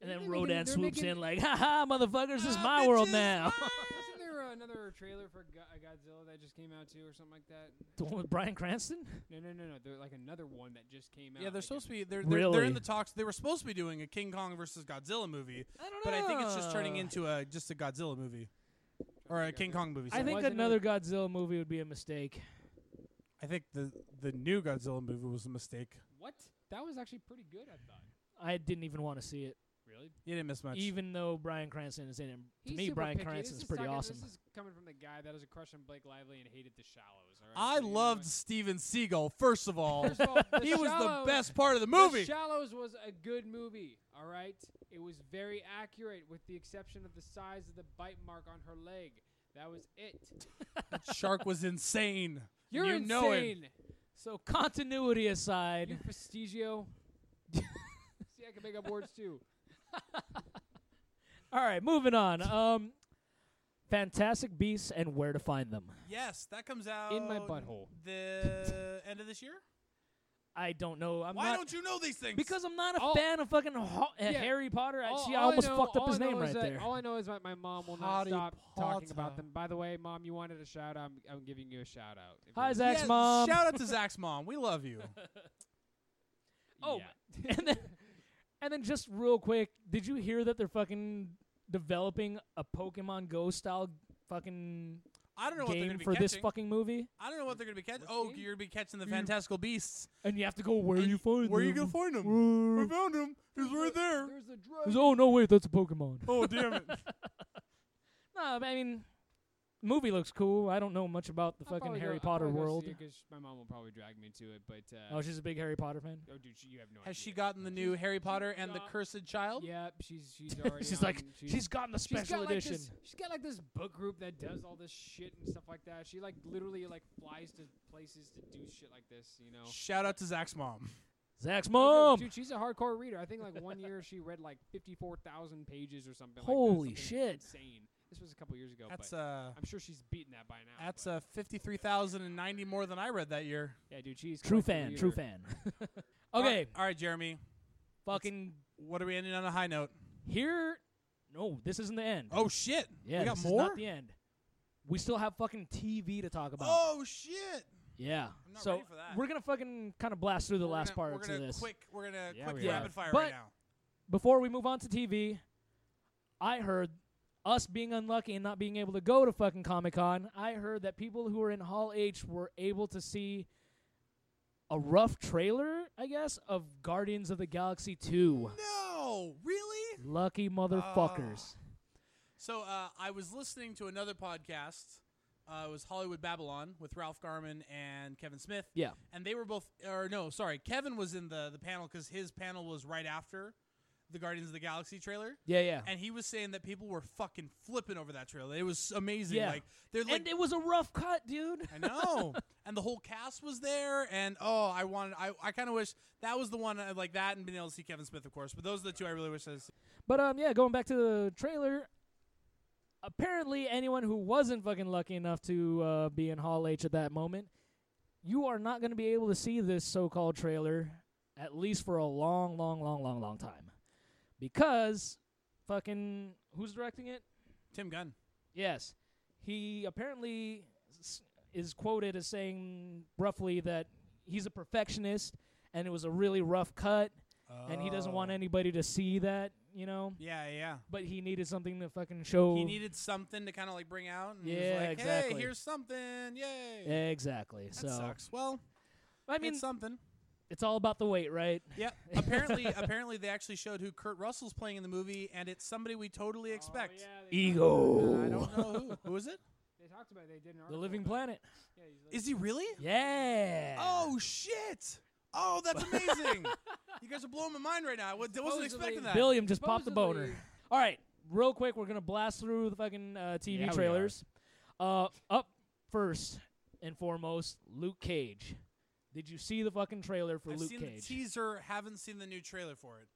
Speaker 2: and
Speaker 3: They're
Speaker 2: then
Speaker 3: making-
Speaker 2: Rodan
Speaker 3: they're
Speaker 2: swoops
Speaker 3: making-
Speaker 2: in like, haha, motherfuckers, this is
Speaker 1: Ah,
Speaker 2: my world
Speaker 1: bitches,
Speaker 2: now.
Speaker 1: ah!
Speaker 3: Wasn't there uh, another trailer for Go- uh, Godzilla that just came out too, or something like that?
Speaker 2: the one with Brian Cranston?
Speaker 3: No, no, no, no. There like another one that just came out.
Speaker 1: Yeah, they're
Speaker 3: like,
Speaker 1: supposed
Speaker 3: a-
Speaker 1: to be. They're they're, they're in
Speaker 2: Really?
Speaker 1: the talks. They were supposed to be doing a King Kong versus Godzilla movie,
Speaker 2: I don't know.
Speaker 1: but I think it's just
Speaker 2: Ah.
Speaker 1: turning into a just a Godzilla movie or a
Speaker 3: think
Speaker 1: King
Speaker 3: of it.
Speaker 1: Kong movie.
Speaker 2: I
Speaker 1: sorry.
Speaker 2: think
Speaker 3: Wasn't it-
Speaker 2: another Godzilla movie would be a mistake.
Speaker 1: I think the the new Godzilla movie was a mistake.
Speaker 3: What? That was actually pretty good, I thought.
Speaker 2: I didn't even want to see it,
Speaker 3: Really?
Speaker 1: You didn't miss much.
Speaker 2: even though Brian Cranston is in it. To
Speaker 3: He's
Speaker 2: me,
Speaker 3: super
Speaker 2: Brian
Speaker 3: picky.
Speaker 2: Cranston's
Speaker 3: this is
Speaker 2: pretty
Speaker 3: talking-
Speaker 2: awesome.
Speaker 3: This is coming from the guy that has a crush on Blake Lively and hated The Shallows. All right?
Speaker 1: I
Speaker 3: So, you know
Speaker 1: loved
Speaker 3: what?
Speaker 1: Steven Seagal. First of all,
Speaker 3: First of all, The
Speaker 1: he was the
Speaker 3: Shallows-
Speaker 1: best part of the
Speaker 3: The
Speaker 1: movie.
Speaker 3: Shallows was a good movie. All right, it was very accurate, with the exception of the size of the bite mark on her leg. That was it.
Speaker 1: Shark was insane.
Speaker 3: You're
Speaker 1: you
Speaker 3: insane.
Speaker 1: know him.
Speaker 2: so continuity
Speaker 3: You
Speaker 2: aside,
Speaker 3: prestigio. See, I can make up words too.
Speaker 2: all right, moving on. Um, Fantastic Beasts and Where to Find Them.
Speaker 1: Yes, that comes out
Speaker 3: In
Speaker 2: Oh,
Speaker 3: my butthole.
Speaker 1: The end of this year.
Speaker 2: I don't know. I'm
Speaker 1: Why
Speaker 2: not
Speaker 1: don't you know these things?
Speaker 2: because I'm not a
Speaker 3: All-
Speaker 2: fan of fucking ho- uh,
Speaker 3: Yeah.
Speaker 2: Harry Potter. I,
Speaker 3: All-
Speaker 2: see, I
Speaker 3: all
Speaker 2: almost
Speaker 3: know-
Speaker 2: fucked up
Speaker 3: all
Speaker 2: his
Speaker 3: I
Speaker 2: name
Speaker 3: know
Speaker 2: right
Speaker 3: is that-
Speaker 2: there.
Speaker 3: All I know is that my mom will
Speaker 1: Harry
Speaker 3: not stop talking
Speaker 1: Potter.
Speaker 3: about them. By the way, mom, you wanted a shout out. I'm, I'm giving you a shout out. If
Speaker 2: Hi,
Speaker 3: you're-
Speaker 2: Zach's
Speaker 1: Yeah,
Speaker 2: mom.
Speaker 1: Shout out to Zach's mom. We love you.
Speaker 2: Oh,
Speaker 3: Yeah.
Speaker 2: and then, and then just real quick, did you hear that they're fucking developing a Pokemon Go style fucking
Speaker 1: I don't know what they're
Speaker 2: game
Speaker 1: gonna be
Speaker 2: for this
Speaker 1: catching.
Speaker 2: fucking movie?
Speaker 1: I don't know what they're gonna be catching.
Speaker 3: What
Speaker 1: Oh,
Speaker 3: game?
Speaker 1: you're gonna be catching the
Speaker 2: You-
Speaker 1: fantastical beasts.
Speaker 2: And you have to go where
Speaker 1: And
Speaker 2: you find
Speaker 1: Where are
Speaker 2: them.
Speaker 1: you gonna find them? I
Speaker 2: find
Speaker 1: found him. He's right there.
Speaker 3: There's the
Speaker 2: Oh no, wait, that's a Pokemon.
Speaker 1: Oh damn it!
Speaker 2: no, I mean, movie looks cool. I don't know much about the fucking Harry Potter world.
Speaker 3: Because my mom will probably drag me to it, but uh,
Speaker 2: Oh, she's a big Harry Potter fan.
Speaker 3: oh, dude, she, you have no idea.
Speaker 1: Has she gotten the new
Speaker 3: She's-
Speaker 1: Harry
Speaker 3: she's
Speaker 1: Potter and the
Speaker 3: got-
Speaker 1: Cursed Child?
Speaker 3: Yep, she's she's already.
Speaker 2: Oh. She's like,
Speaker 3: on-
Speaker 2: she's, she's gotten the
Speaker 3: she's
Speaker 2: special
Speaker 3: got
Speaker 2: edition.
Speaker 3: Like this, she's got like this book group that does all this shit and stuff like that. She like literally like flies to places to do shit like this, you know.
Speaker 1: Shout out to Zach's mom.
Speaker 2: Zach's
Speaker 3: No,
Speaker 2: mom.
Speaker 3: dude, she's a hardcore reader. I think like one year she read like fifty-four thousand pages or something.
Speaker 2: Holy
Speaker 3: like that, something
Speaker 2: shit.
Speaker 3: Insane. This was a couple years ago.
Speaker 1: That's
Speaker 3: but
Speaker 1: uh,
Speaker 3: I'm sure she's beaten that by now.
Speaker 1: that's
Speaker 3: but-
Speaker 1: uh, fifty-three thousand and ninety more than I read that year.
Speaker 3: yeah, dude. She's
Speaker 2: True
Speaker 3: quite
Speaker 2: fan.
Speaker 3: the
Speaker 2: True
Speaker 3: reader.
Speaker 2: fan.
Speaker 1: All right-
Speaker 2: okay,
Speaker 1: all right, Jeremy.
Speaker 2: fucking
Speaker 1: What are we ending on a high note?
Speaker 2: here. No, this isn't the end.
Speaker 1: Oh shit!
Speaker 2: Yeah,
Speaker 1: we got
Speaker 2: this
Speaker 1: more.
Speaker 2: is not the end. We still have fucking TV to talk about.
Speaker 1: oh shit!
Speaker 2: yeah.
Speaker 1: I'm not
Speaker 2: so
Speaker 1: ready for that.
Speaker 2: we're gonna fucking kind of blast through the
Speaker 1: We're
Speaker 2: last
Speaker 1: gonna-
Speaker 2: part
Speaker 1: We're
Speaker 2: to
Speaker 1: gonna
Speaker 2: this
Speaker 1: quick. We're gonna
Speaker 3: Yeah,
Speaker 1: quick
Speaker 2: we are.
Speaker 1: rapid fire
Speaker 2: But-
Speaker 1: right now.
Speaker 2: before we move on to TV. I heard us being unlucky and not being able to go to fucking Comic Con. I heard that people who were in Hall H were able to see a rough trailer, I guess, of Guardians of the Galaxy Two.
Speaker 1: No, really?
Speaker 2: Lucky motherfuckers.
Speaker 1: Ah. So uh, I was listening to another podcast. Uh, it was Hollywood Babylon with Ralph Garman and Kevin Smith.
Speaker 2: Yeah.
Speaker 1: and they were both, or no, sorry, Kevin was in the the panel because his panel was right after the Guardians of the Galaxy trailer,
Speaker 2: Yeah, yeah.
Speaker 1: and he was saying that people were fucking flipping over that trailer. It was amazing.
Speaker 2: Yeah.
Speaker 1: Like they're
Speaker 2: And,
Speaker 1: like,
Speaker 2: it was a rough cut, dude.
Speaker 1: I know. and the whole cast was there, and oh, I wanted, I, I kind of wish that was the one uh, like that, and being able to see Kevin Smith, of course. But those are the two I really wish I.
Speaker 2: But um, yeah, going back to the trailer. Apparently, anyone who wasn't fucking lucky enough to uh, be in Hall H at that moment, you are not going to be able to see this so-called trailer at least for a long, long, long, long, long time, because fucking who's directing it?
Speaker 1: Tim Gunn.
Speaker 2: Yes, he apparently s- is quoted as saying roughly that he's a perfectionist and it was a really rough cut and he doesn't want anybody to see that, you know.
Speaker 1: Oh. Yeah, yeah.
Speaker 2: but he needed something to fucking show.
Speaker 1: He needed something to kind of like bring out, and he was
Speaker 2: Oh. Yeah,
Speaker 1: like, "Hey,
Speaker 2: exactly.
Speaker 1: here's something! Yay!"
Speaker 2: exactly.
Speaker 1: that
Speaker 2: so
Speaker 1: sucks. Well,
Speaker 2: I
Speaker 1: I mean
Speaker 2: mean,
Speaker 1: something.
Speaker 2: It's all about the weight, right?
Speaker 1: Yeah. apparently, apparently they actually showed who Kurt Russell's playing in the movie, and it's somebody we totally expect.
Speaker 3: Oh, yeah, they talked
Speaker 2: Ego.
Speaker 3: about
Speaker 1: Uh, I don't know who. Who is it?
Speaker 3: it. They talked about it. They did an
Speaker 2: The
Speaker 3: article
Speaker 2: Living
Speaker 3: about it.
Speaker 2: Planet.
Speaker 3: Yeah, he's like,
Speaker 1: Is he really?
Speaker 2: Yeah.
Speaker 1: Oh shit! Oh, that's amazing. you guys are blowing my mind right now. I wa- wasn't
Speaker 3: Supposedly-
Speaker 1: expecting that.
Speaker 2: Billiam just popped the boner.
Speaker 3: Supposedly-
Speaker 2: All right, real quick, we're gonna blast through the fucking uh, TV
Speaker 4: Yeah, we
Speaker 2: trailers. Uh, up first and foremost, Luke Cage. Did you see the fucking trailer for
Speaker 1: I've
Speaker 2: Luke
Speaker 1: seen
Speaker 2: Cage?
Speaker 1: the teaser. Haven't seen the new trailer for it.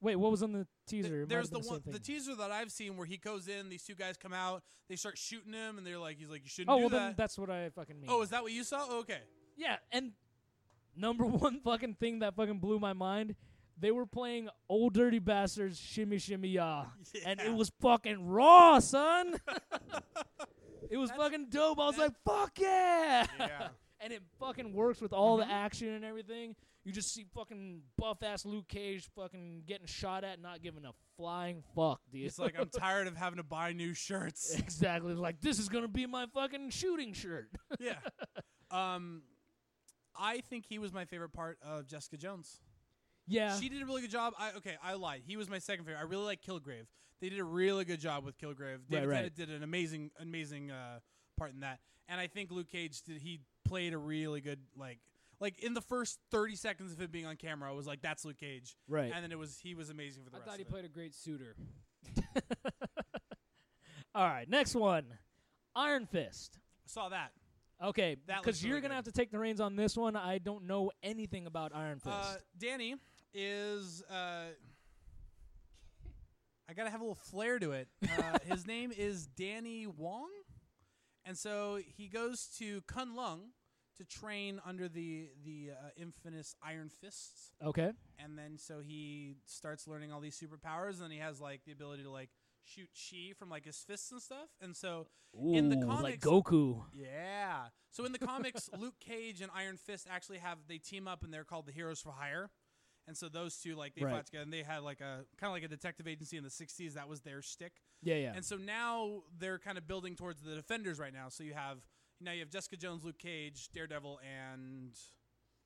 Speaker 2: Wait, what was on the teaser?
Speaker 1: Th-
Speaker 2: It might
Speaker 1: There's
Speaker 2: have been
Speaker 1: the
Speaker 2: the
Speaker 1: one,
Speaker 2: same
Speaker 1: the
Speaker 2: thing.
Speaker 1: teaser that I've seen where he goes in. These two guys come out. They start shooting him, and they're like, "He's like, you shouldn't
Speaker 2: oh
Speaker 1: do
Speaker 2: well, then
Speaker 1: that."
Speaker 2: that's what I fucking mean.
Speaker 1: oh, is that what you saw? Okay.
Speaker 2: yeah, and number one fucking thing that fucking blew my mind. They were playing Old Dirty Bastards Shimmy Shimmy Ya. And it
Speaker 1: Yeah.
Speaker 2: was fucking raw, son. it was fucking dope. I was like,
Speaker 1: that-
Speaker 2: fuck yeah.
Speaker 1: Yeah. Mm-hmm.
Speaker 2: and it fucking works with all the action and everything. You just see fucking buff ass Luke Cage fucking getting shot at, not giving a flying fuck, dude.
Speaker 1: It's like I'm tired of having to buy new shirts.
Speaker 2: exactly like this is gonna be my fucking shooting shirt.
Speaker 1: yeah. Um, I think he was my favorite part of Jessica Jones.
Speaker 2: yeah,
Speaker 1: She did a really good job. I okay, I lied. He was my second favorite. I really like Kilgrave. They did a really good job with Kilgrave. David
Speaker 2: right.
Speaker 1: Tennant did an amazing, amazing uh, part in that. And I think Luke Cage did. He played a really good like like in the first thirty seconds of him being on camera. I was like, that's Luke Cage.
Speaker 2: right.
Speaker 1: And then it was he was amazing for the
Speaker 3: I
Speaker 1: rest.
Speaker 3: thought he
Speaker 1: of it.
Speaker 3: played a great suitor.
Speaker 2: all right, next one, Iron Fist.
Speaker 1: Saw that.
Speaker 2: Okay,
Speaker 1: That looks
Speaker 2: because you're
Speaker 1: really
Speaker 2: gonna
Speaker 1: good.
Speaker 2: have to take the reins on this one. I don't know anything about Iron Fist.
Speaker 1: Uh, Danny is. Uh, I gotta have a little flair to it. Uh, his name is Danny Wong, and so he goes to Kunlun to train under the the uh, infamous Iron Fists,
Speaker 2: okay,
Speaker 1: and then so he starts learning all these superpowers, and then he has like the ability to like shoot chi from like his fists and stuff, and so in the
Speaker 2: Ooh, like
Speaker 1: comics-
Speaker 2: Goku.
Speaker 1: yeah. So in the comics, Luke Cage and Iron Fist actually have they team up and they're called the Heroes for Hire. And so those two like they
Speaker 2: Right.
Speaker 1: fought together and they had like a kind of like a detective agency in the 60s that was their shtick.
Speaker 2: Yeah, yeah.
Speaker 1: And so now they're kind of building towards the Defenders right now. So you have now you have Jessica Jones, Luke Cage, Daredevil and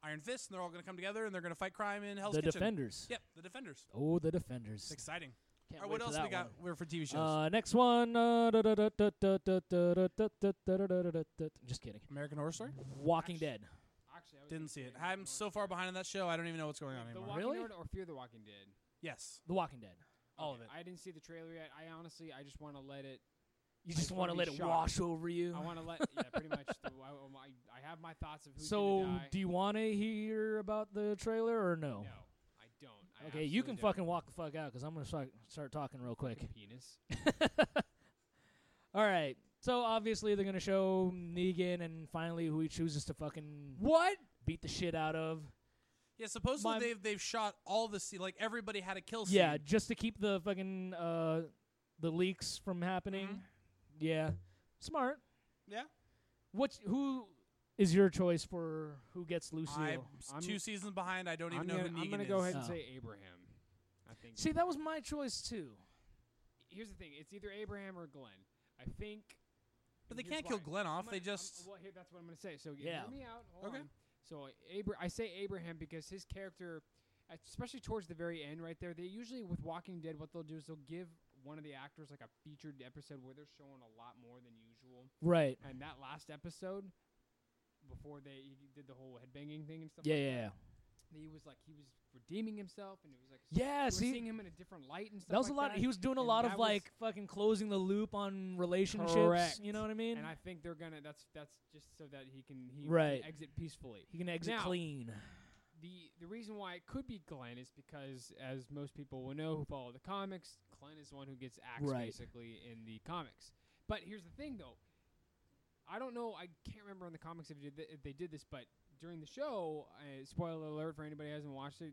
Speaker 1: Iron Fist and they're all going to come together and they're going to fight crime in Hell's
Speaker 2: the
Speaker 1: Kitchen.
Speaker 2: Defenders.
Speaker 1: Yep, the Defenders.
Speaker 2: Oh, the Defenders.
Speaker 1: It's exciting.
Speaker 2: Can't
Speaker 1: All right,
Speaker 2: wait
Speaker 1: what
Speaker 2: for
Speaker 1: else
Speaker 2: that
Speaker 1: we got
Speaker 2: one.
Speaker 1: we're for TV shows?
Speaker 2: Uh, next one. uh, da- da- da- da- da- da- da- da- da- da- da- da- da- da- da- Just kidding.
Speaker 1: American Horror Story?
Speaker 2: Walking
Speaker 3: Actu-
Speaker 2: Dead.
Speaker 3: Actually, I was
Speaker 1: Didn't
Speaker 3: gonna
Speaker 1: see
Speaker 3: say
Speaker 1: it.
Speaker 3: Rick and
Speaker 1: I'm so
Speaker 3: Morty.
Speaker 1: far behind on that show. I don't even know what's going on
Speaker 3: Like, The
Speaker 1: anymore.
Speaker 3: Walking
Speaker 2: Really?
Speaker 3: Dead or Fear the Walking Dead.
Speaker 1: yes.
Speaker 2: The Walking Dead.
Speaker 1: All
Speaker 3: Okay,
Speaker 1: of it.
Speaker 3: I didn't see the trailer yet. I honestly, I just want to let it.
Speaker 2: You
Speaker 3: I
Speaker 2: just
Speaker 3: just
Speaker 2: want
Speaker 3: wanna
Speaker 2: to
Speaker 3: be
Speaker 2: let it
Speaker 3: shocked.
Speaker 2: wash over you.
Speaker 3: I want to let. Yeah, pretty much. The, I, um, I, I have my thoughts of who's
Speaker 2: So,
Speaker 3: gonna die.
Speaker 2: do you want to hear about the trailer or no?
Speaker 3: no, I don't. I
Speaker 2: Okay, you
Speaker 3: absolutely
Speaker 2: can
Speaker 3: don't.
Speaker 2: fucking walk the fuck out because I'm gonna start, start talking real quick.
Speaker 3: Fucking penis.
Speaker 2: All right. So obviously they're gonna show Negan and finally who he chooses to fucking
Speaker 1: What?
Speaker 2: beat the shit out of.
Speaker 1: Yeah, supposedly
Speaker 2: My-
Speaker 1: they've they've shot all the scene. Like everybody had a kill scene.
Speaker 2: Yeah, just to keep the fucking uh, the leaks from happening.
Speaker 3: Mm-hmm.
Speaker 1: Mhm.
Speaker 2: Yeah, smart.
Speaker 1: Yeah.
Speaker 2: What? Who is your choice for who gets Lucille?
Speaker 1: I'm, s-
Speaker 3: I'm-
Speaker 1: two seasons behind. I don't even
Speaker 3: I'm
Speaker 1: know
Speaker 3: gonna,
Speaker 1: who Negan
Speaker 3: I'm gonna
Speaker 1: is.
Speaker 3: go ahead and
Speaker 2: Oh.
Speaker 3: say Abraham. I think.
Speaker 2: See, that was my choice too.
Speaker 3: here's the thing. It's either Abraham or Glenn. I think.
Speaker 1: But they
Speaker 3: here's
Speaker 1: can't kill
Speaker 3: why.
Speaker 1: Glenn
Speaker 3: I'm
Speaker 1: off.
Speaker 3: gonna-
Speaker 1: They
Speaker 3: I'm-
Speaker 1: just
Speaker 3: well, here, that's what I'm going to say. So you
Speaker 2: Yeah.
Speaker 3: hear me out. Hold
Speaker 1: Okay.
Speaker 3: on. So Abra- I say Abraham because his character, especially towards the very end, right there, they usually with Walking Dead, what they'll do is they'll give one of the actors like a featured episode where they're showing a lot more than usual.
Speaker 2: Right.
Speaker 3: And that last episode, before they he did the whole headbanging thing and stuff,
Speaker 2: Yeah.
Speaker 3: like
Speaker 2: Yeah. yeah.
Speaker 3: that, he was like he was redeeming himself, and it was like
Speaker 2: Yeah,
Speaker 3: we're
Speaker 2: see-
Speaker 3: seeing him in a different light and stuff.
Speaker 2: That was a
Speaker 3: like
Speaker 2: lot. he was doing a
Speaker 3: And
Speaker 2: lot
Speaker 3: that
Speaker 2: of
Speaker 3: was-
Speaker 2: like fucking closing the loop on relationships.
Speaker 3: Correct.
Speaker 2: You know what I mean?
Speaker 3: and I think they're gonna. That's that's just so that he can he can
Speaker 2: Right.
Speaker 3: exit peacefully.
Speaker 2: he can exit
Speaker 3: Now-
Speaker 2: clean.
Speaker 3: the the reason why it could be Glenn is because, as most people will know who follow the comics, Glenn is the one who gets axed
Speaker 2: Right.
Speaker 3: basically in the comics. But here's the thing, though. I don't know. I can't remember in the comics if, it did th- if they did this, but during the show, uh, spoiler alert for anybody who hasn't watched it.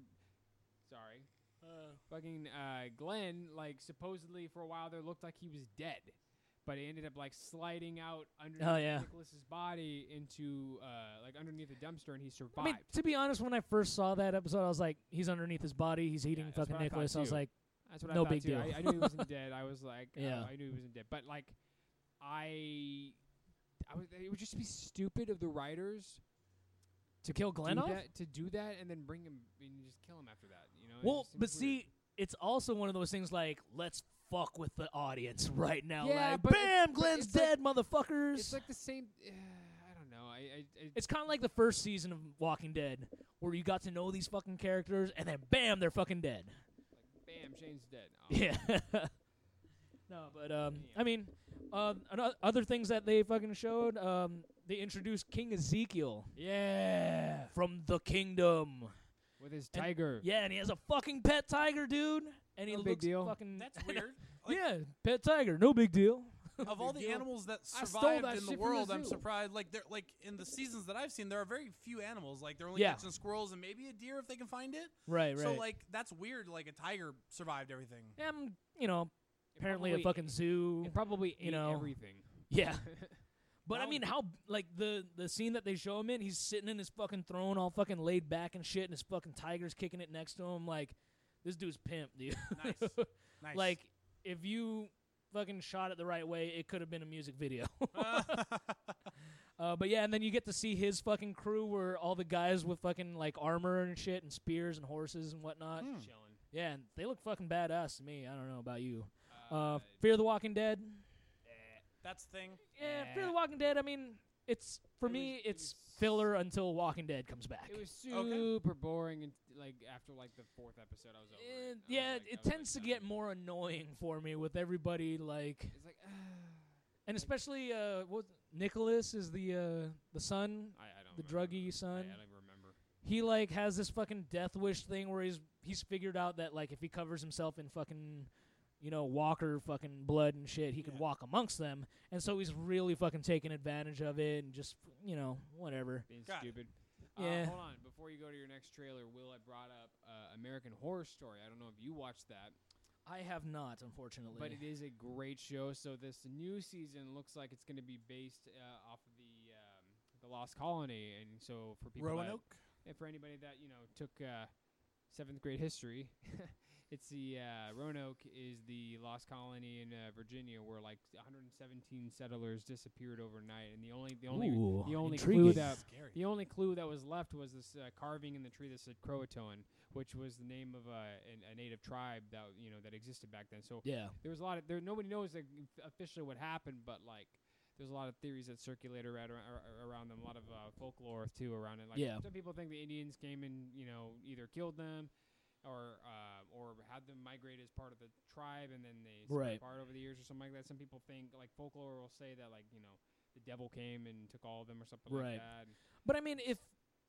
Speaker 3: Sorry, fucking uh, Glenn. Like supposedly for a while there looked like he was dead, but he ended up like sliding out underneath
Speaker 2: yeah.
Speaker 3: Nicholas's body into uh, like underneath a dumpster, and he survived.
Speaker 2: I mean, to be honest, when I first saw that episode, I was like, he's underneath his body. He's eating
Speaker 3: that's
Speaker 2: fucking
Speaker 3: what I thought,
Speaker 2: Nicholas. I was
Speaker 3: too.
Speaker 2: like,
Speaker 3: That's what
Speaker 2: No
Speaker 3: I thought
Speaker 2: big
Speaker 3: too.
Speaker 2: deal.
Speaker 3: I, I knew he wasn't dead. I was like, uh,
Speaker 2: Yeah.
Speaker 3: I, I knew he wasn't dead. But like, I, I was, it would just be stupid of the writers
Speaker 2: to kill Glenoff.
Speaker 3: do that, to do that and then bring him and you just kill him after that. You know. It
Speaker 2: Well,
Speaker 3: just seems
Speaker 2: but
Speaker 3: weird.
Speaker 2: see, it's also one of those things like let's fuck with the audience right now.
Speaker 3: Yeah,
Speaker 2: like,
Speaker 3: but it-
Speaker 2: bam,
Speaker 3: but
Speaker 2: Glenn's
Speaker 3: it's like-
Speaker 2: dead, motherfuckers.
Speaker 3: it's like the same. I don't know. I. I, I
Speaker 2: It's kind of like the first season of Walking Dead, where you got to know these fucking characters, and then bam, they're fucking dead.
Speaker 3: like, bam, Shane's dead. Oh,
Speaker 2: Yeah. no, but um, I mean, uh, ano- other things that they fucking showed, um, they introduced King Ezekiel
Speaker 3: Yeah.
Speaker 2: from the kingdom.
Speaker 3: With his
Speaker 2: And-
Speaker 3: tiger.
Speaker 2: Yeah, and he has a fucking pet tiger, dude. And he
Speaker 3: No
Speaker 2: looks
Speaker 3: big deal.
Speaker 2: fucking.
Speaker 1: That's weird. Like,
Speaker 2: yeah, pet tiger, no big deal.
Speaker 1: uh, Of all
Speaker 3: big
Speaker 1: the
Speaker 3: deal.
Speaker 1: animals that
Speaker 3: I stole
Speaker 1: survived
Speaker 3: that
Speaker 1: in the
Speaker 3: shit from the
Speaker 1: world, I'm
Speaker 3: zoo.
Speaker 1: surprised. Like, they're, like in the seasons that I've seen, there are very few animals. Like, they're only
Speaker 2: Yeah.
Speaker 1: catching squirrels and maybe a deer if they can find it.
Speaker 2: Right,
Speaker 1: So, like, that's weird. Like, a tiger survived everything.
Speaker 2: um, you know,
Speaker 3: It
Speaker 2: apparently
Speaker 3: probably,
Speaker 2: a fucking zoo.
Speaker 3: It probably
Speaker 2: you
Speaker 3: ate
Speaker 2: know.
Speaker 3: everything.
Speaker 2: Yeah. But I
Speaker 1: That
Speaker 2: mean, how like the the scene that they show him in, he's sitting in his fucking throne, all fucking laid back and shit, and his fucking tiger's kicking it next to him. Like, this dude's pimp, dude.
Speaker 1: Nice. Nice.
Speaker 2: Like, if you fucking shot it the right way, it could have been a music video. uh, but yeah, and then you get to see his fucking crew, where all the guys with fucking like armor and shit, and spears and horses and
Speaker 3: Mm.
Speaker 2: whatnot.
Speaker 1: Hmm.
Speaker 3: Chilling.
Speaker 2: Yeah, and they look fucking badass to me. I don't know about you.
Speaker 3: Uh,
Speaker 2: Uh, Fear the Walking Dead.
Speaker 1: that's the thing.
Speaker 2: Yeah,
Speaker 3: Yeah.
Speaker 2: Fear the Walking Dead. I mean, it's for
Speaker 3: It
Speaker 2: me,
Speaker 3: was- it
Speaker 2: it's
Speaker 3: was-
Speaker 2: filler until Walking Dead comes back.
Speaker 3: it was
Speaker 1: Okay.
Speaker 3: super boring, and like after like the fourth episode, I was over. it.
Speaker 2: And,
Speaker 3: I was
Speaker 2: yeah,
Speaker 3: like- I
Speaker 2: it
Speaker 3: was like,
Speaker 2: tends to
Speaker 3: done.
Speaker 2: get more annoying for me with everybody like,
Speaker 3: It's like I,
Speaker 2: and especially uh, what Nicholas is the uh, the son.
Speaker 3: I don't.
Speaker 2: The
Speaker 3: remember.
Speaker 2: druggy
Speaker 3: I, I
Speaker 2: son.
Speaker 3: don't remember.
Speaker 2: He like has this fucking death wish thing where he's he's figured out that like if he covers himself in fucking you know walker fucking blood and shit, he can
Speaker 1: Yeah.
Speaker 2: walk amongst them, and so he's really fucking taking advantage of it and just you know whatever.
Speaker 3: Being
Speaker 1: Got it.
Speaker 3: stupid.
Speaker 2: Yeah.
Speaker 3: Uh, hold on. Before you go to your next trailer, Will I brought up uh, American Horror Story. I don't know if you watched that,
Speaker 2: I have not, unfortunately.
Speaker 3: but it is a great show. So this new season looks like it's going to be based uh, off of the um, the Lost Colony, and so for people that-
Speaker 1: Roanoke.
Speaker 3: and for anybody that you know took uh, seventh grade history, it's the uh, Roanoke is the lost colony in uh, Virginia where like 117 settlers disappeared overnight, and the only the only
Speaker 2: Ooh,
Speaker 3: the only
Speaker 2: intriguing.
Speaker 3: clue that
Speaker 1: Scary.
Speaker 3: the only clue that was left was this uh, carving in the tree that said Croatoan, which was the name of uh, an, a native tribe that you know that existed back then. So
Speaker 2: yeah.
Speaker 3: there was a lot of there. Nobody knows like, officially what happened, but like there's a lot of theories that circulate around ar- around them. A lot of uh, folklore too around it. Like
Speaker 2: Yeah.
Speaker 3: some people think the Indians came and you know either killed them or uh, or had them migrate as part of the tribe and then they split
Speaker 2: Right.
Speaker 3: apart over the years or something like that. Some people think like folklore will say that like you know the devil came and took all of them or something
Speaker 2: Right.
Speaker 3: like that.
Speaker 2: But I mean, if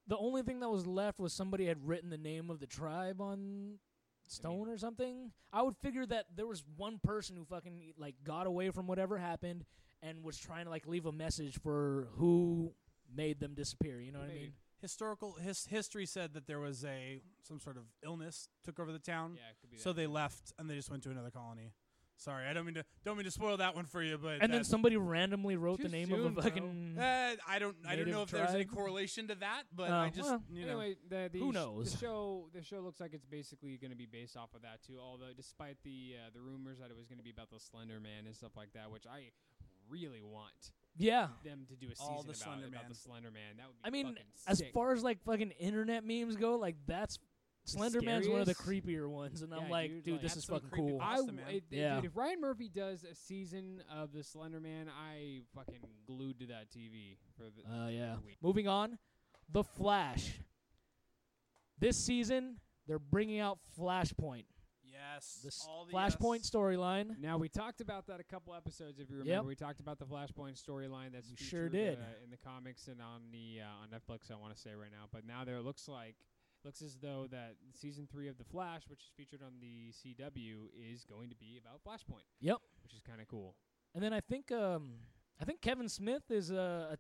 Speaker 2: the only thing that was left was somebody had written the name of the tribe on stone or something, I would figure that there was one person who fucking like got away from whatever happened and was trying to like leave a message for who made them disappear. You know what I
Speaker 3: Maybe.
Speaker 2: mean?
Speaker 1: Historical his, history said that there was a some sort of illness took over the town,
Speaker 3: Yeah, it could be.
Speaker 1: so
Speaker 3: that.
Speaker 1: they left and they just went to another colony. Sorry, I don't mean to don't mean to spoil that one for you, but
Speaker 2: And then
Speaker 1: that's-
Speaker 2: somebody randomly wrote the
Speaker 3: Too
Speaker 2: name
Speaker 3: soon,
Speaker 2: of a
Speaker 3: bro.
Speaker 2: fucking.
Speaker 1: Uh, I don't. I don't
Speaker 2: Native
Speaker 1: know if there's any
Speaker 2: tribe?
Speaker 1: correlation to that, but
Speaker 2: Oh,
Speaker 1: I just
Speaker 2: well,
Speaker 1: you know.
Speaker 3: anyway, the, the
Speaker 2: who
Speaker 3: sh-
Speaker 2: knows?
Speaker 3: the show the show looks like it's basically going to be based off of that too. Although, despite the uh, the rumors that it was going to be about the Slender Man and stuff like that, which I really want
Speaker 2: Yeah.
Speaker 3: them to do a season
Speaker 1: All the
Speaker 3: about,
Speaker 1: Slender
Speaker 3: about
Speaker 1: Man.
Speaker 3: the Slender Man. That would be
Speaker 2: I mean,
Speaker 3: fucking
Speaker 2: as
Speaker 3: sick.
Speaker 2: far as like fucking internet memes go, like that's Slender Man's one of the
Speaker 3: scariest?
Speaker 2: creepier ones, and I'm
Speaker 3: Yeah,
Speaker 2: like,
Speaker 3: dude,
Speaker 2: dude,
Speaker 3: like-
Speaker 2: this
Speaker 1: That's
Speaker 2: is
Speaker 1: some
Speaker 2: fucking
Speaker 1: creepy
Speaker 2: cool.
Speaker 1: pop-
Speaker 3: I
Speaker 1: Awesome,
Speaker 3: w-
Speaker 1: man.
Speaker 3: it- it-
Speaker 2: Yeah.
Speaker 3: dude, if Ryan Murphy does a season of the Slender Man, I fucking glued to that TV for the
Speaker 2: Uh, yeah.
Speaker 3: week.
Speaker 2: Moving on, The Flash. This season, they're bringing out Flashpoint,
Speaker 1: yes.
Speaker 2: the s-
Speaker 1: all the
Speaker 2: Flashpoint
Speaker 1: yes.
Speaker 2: storyline.
Speaker 3: Now we talked about that a couple episodes, if you remember.
Speaker 2: Yep.
Speaker 3: We talked about the Flashpoint storyline that's
Speaker 2: We sure
Speaker 3: featured,
Speaker 2: did.
Speaker 3: uh, in the comics and on the uh, on Netflix. I want to say right now, but now there looks like looks as though that season three of the Flash, which is featured on the CW, is going to be about Flashpoint.
Speaker 2: Yep.
Speaker 3: which is kind of cool.
Speaker 2: And then I think, um, I think Kevin Smith is uh,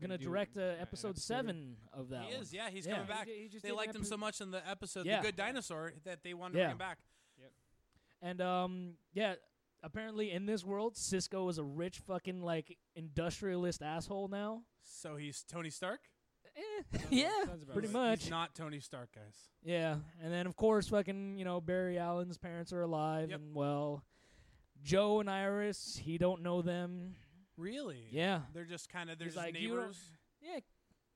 Speaker 2: gonna
Speaker 3: do
Speaker 2: direct uh,
Speaker 3: an
Speaker 2: episode
Speaker 3: episode.
Speaker 2: seven of that.
Speaker 1: He
Speaker 2: one.
Speaker 1: is. Yeah, he's
Speaker 2: Yeah.
Speaker 1: coming back.
Speaker 3: He did- he just
Speaker 1: they
Speaker 3: did an
Speaker 1: liked him so
Speaker 3: epi-
Speaker 1: much in the episode
Speaker 2: Yeah.
Speaker 1: "The Good Dinosaur" that they wanted
Speaker 2: Yeah.
Speaker 1: to bring him back.
Speaker 2: And um, yeah. Apparently, in this world, Cisco is a rich fucking like industrialist asshole now.
Speaker 1: So he's Tony Stark.
Speaker 2: Eh,
Speaker 3: Sounds-
Speaker 2: yeah,
Speaker 3: sounds about
Speaker 2: pretty
Speaker 3: right.
Speaker 2: much.
Speaker 1: He's not Tony Stark, guys.
Speaker 2: Yeah, and then of course, fucking you know Barry Allen's parents are alive
Speaker 1: Yep.
Speaker 2: and well. Joe and Iris, he don't know them.
Speaker 1: Really?
Speaker 2: Yeah,
Speaker 1: They're just kind of they're
Speaker 2: He's
Speaker 1: just
Speaker 2: like, "You don't-
Speaker 1: neighbors.
Speaker 2: yeah,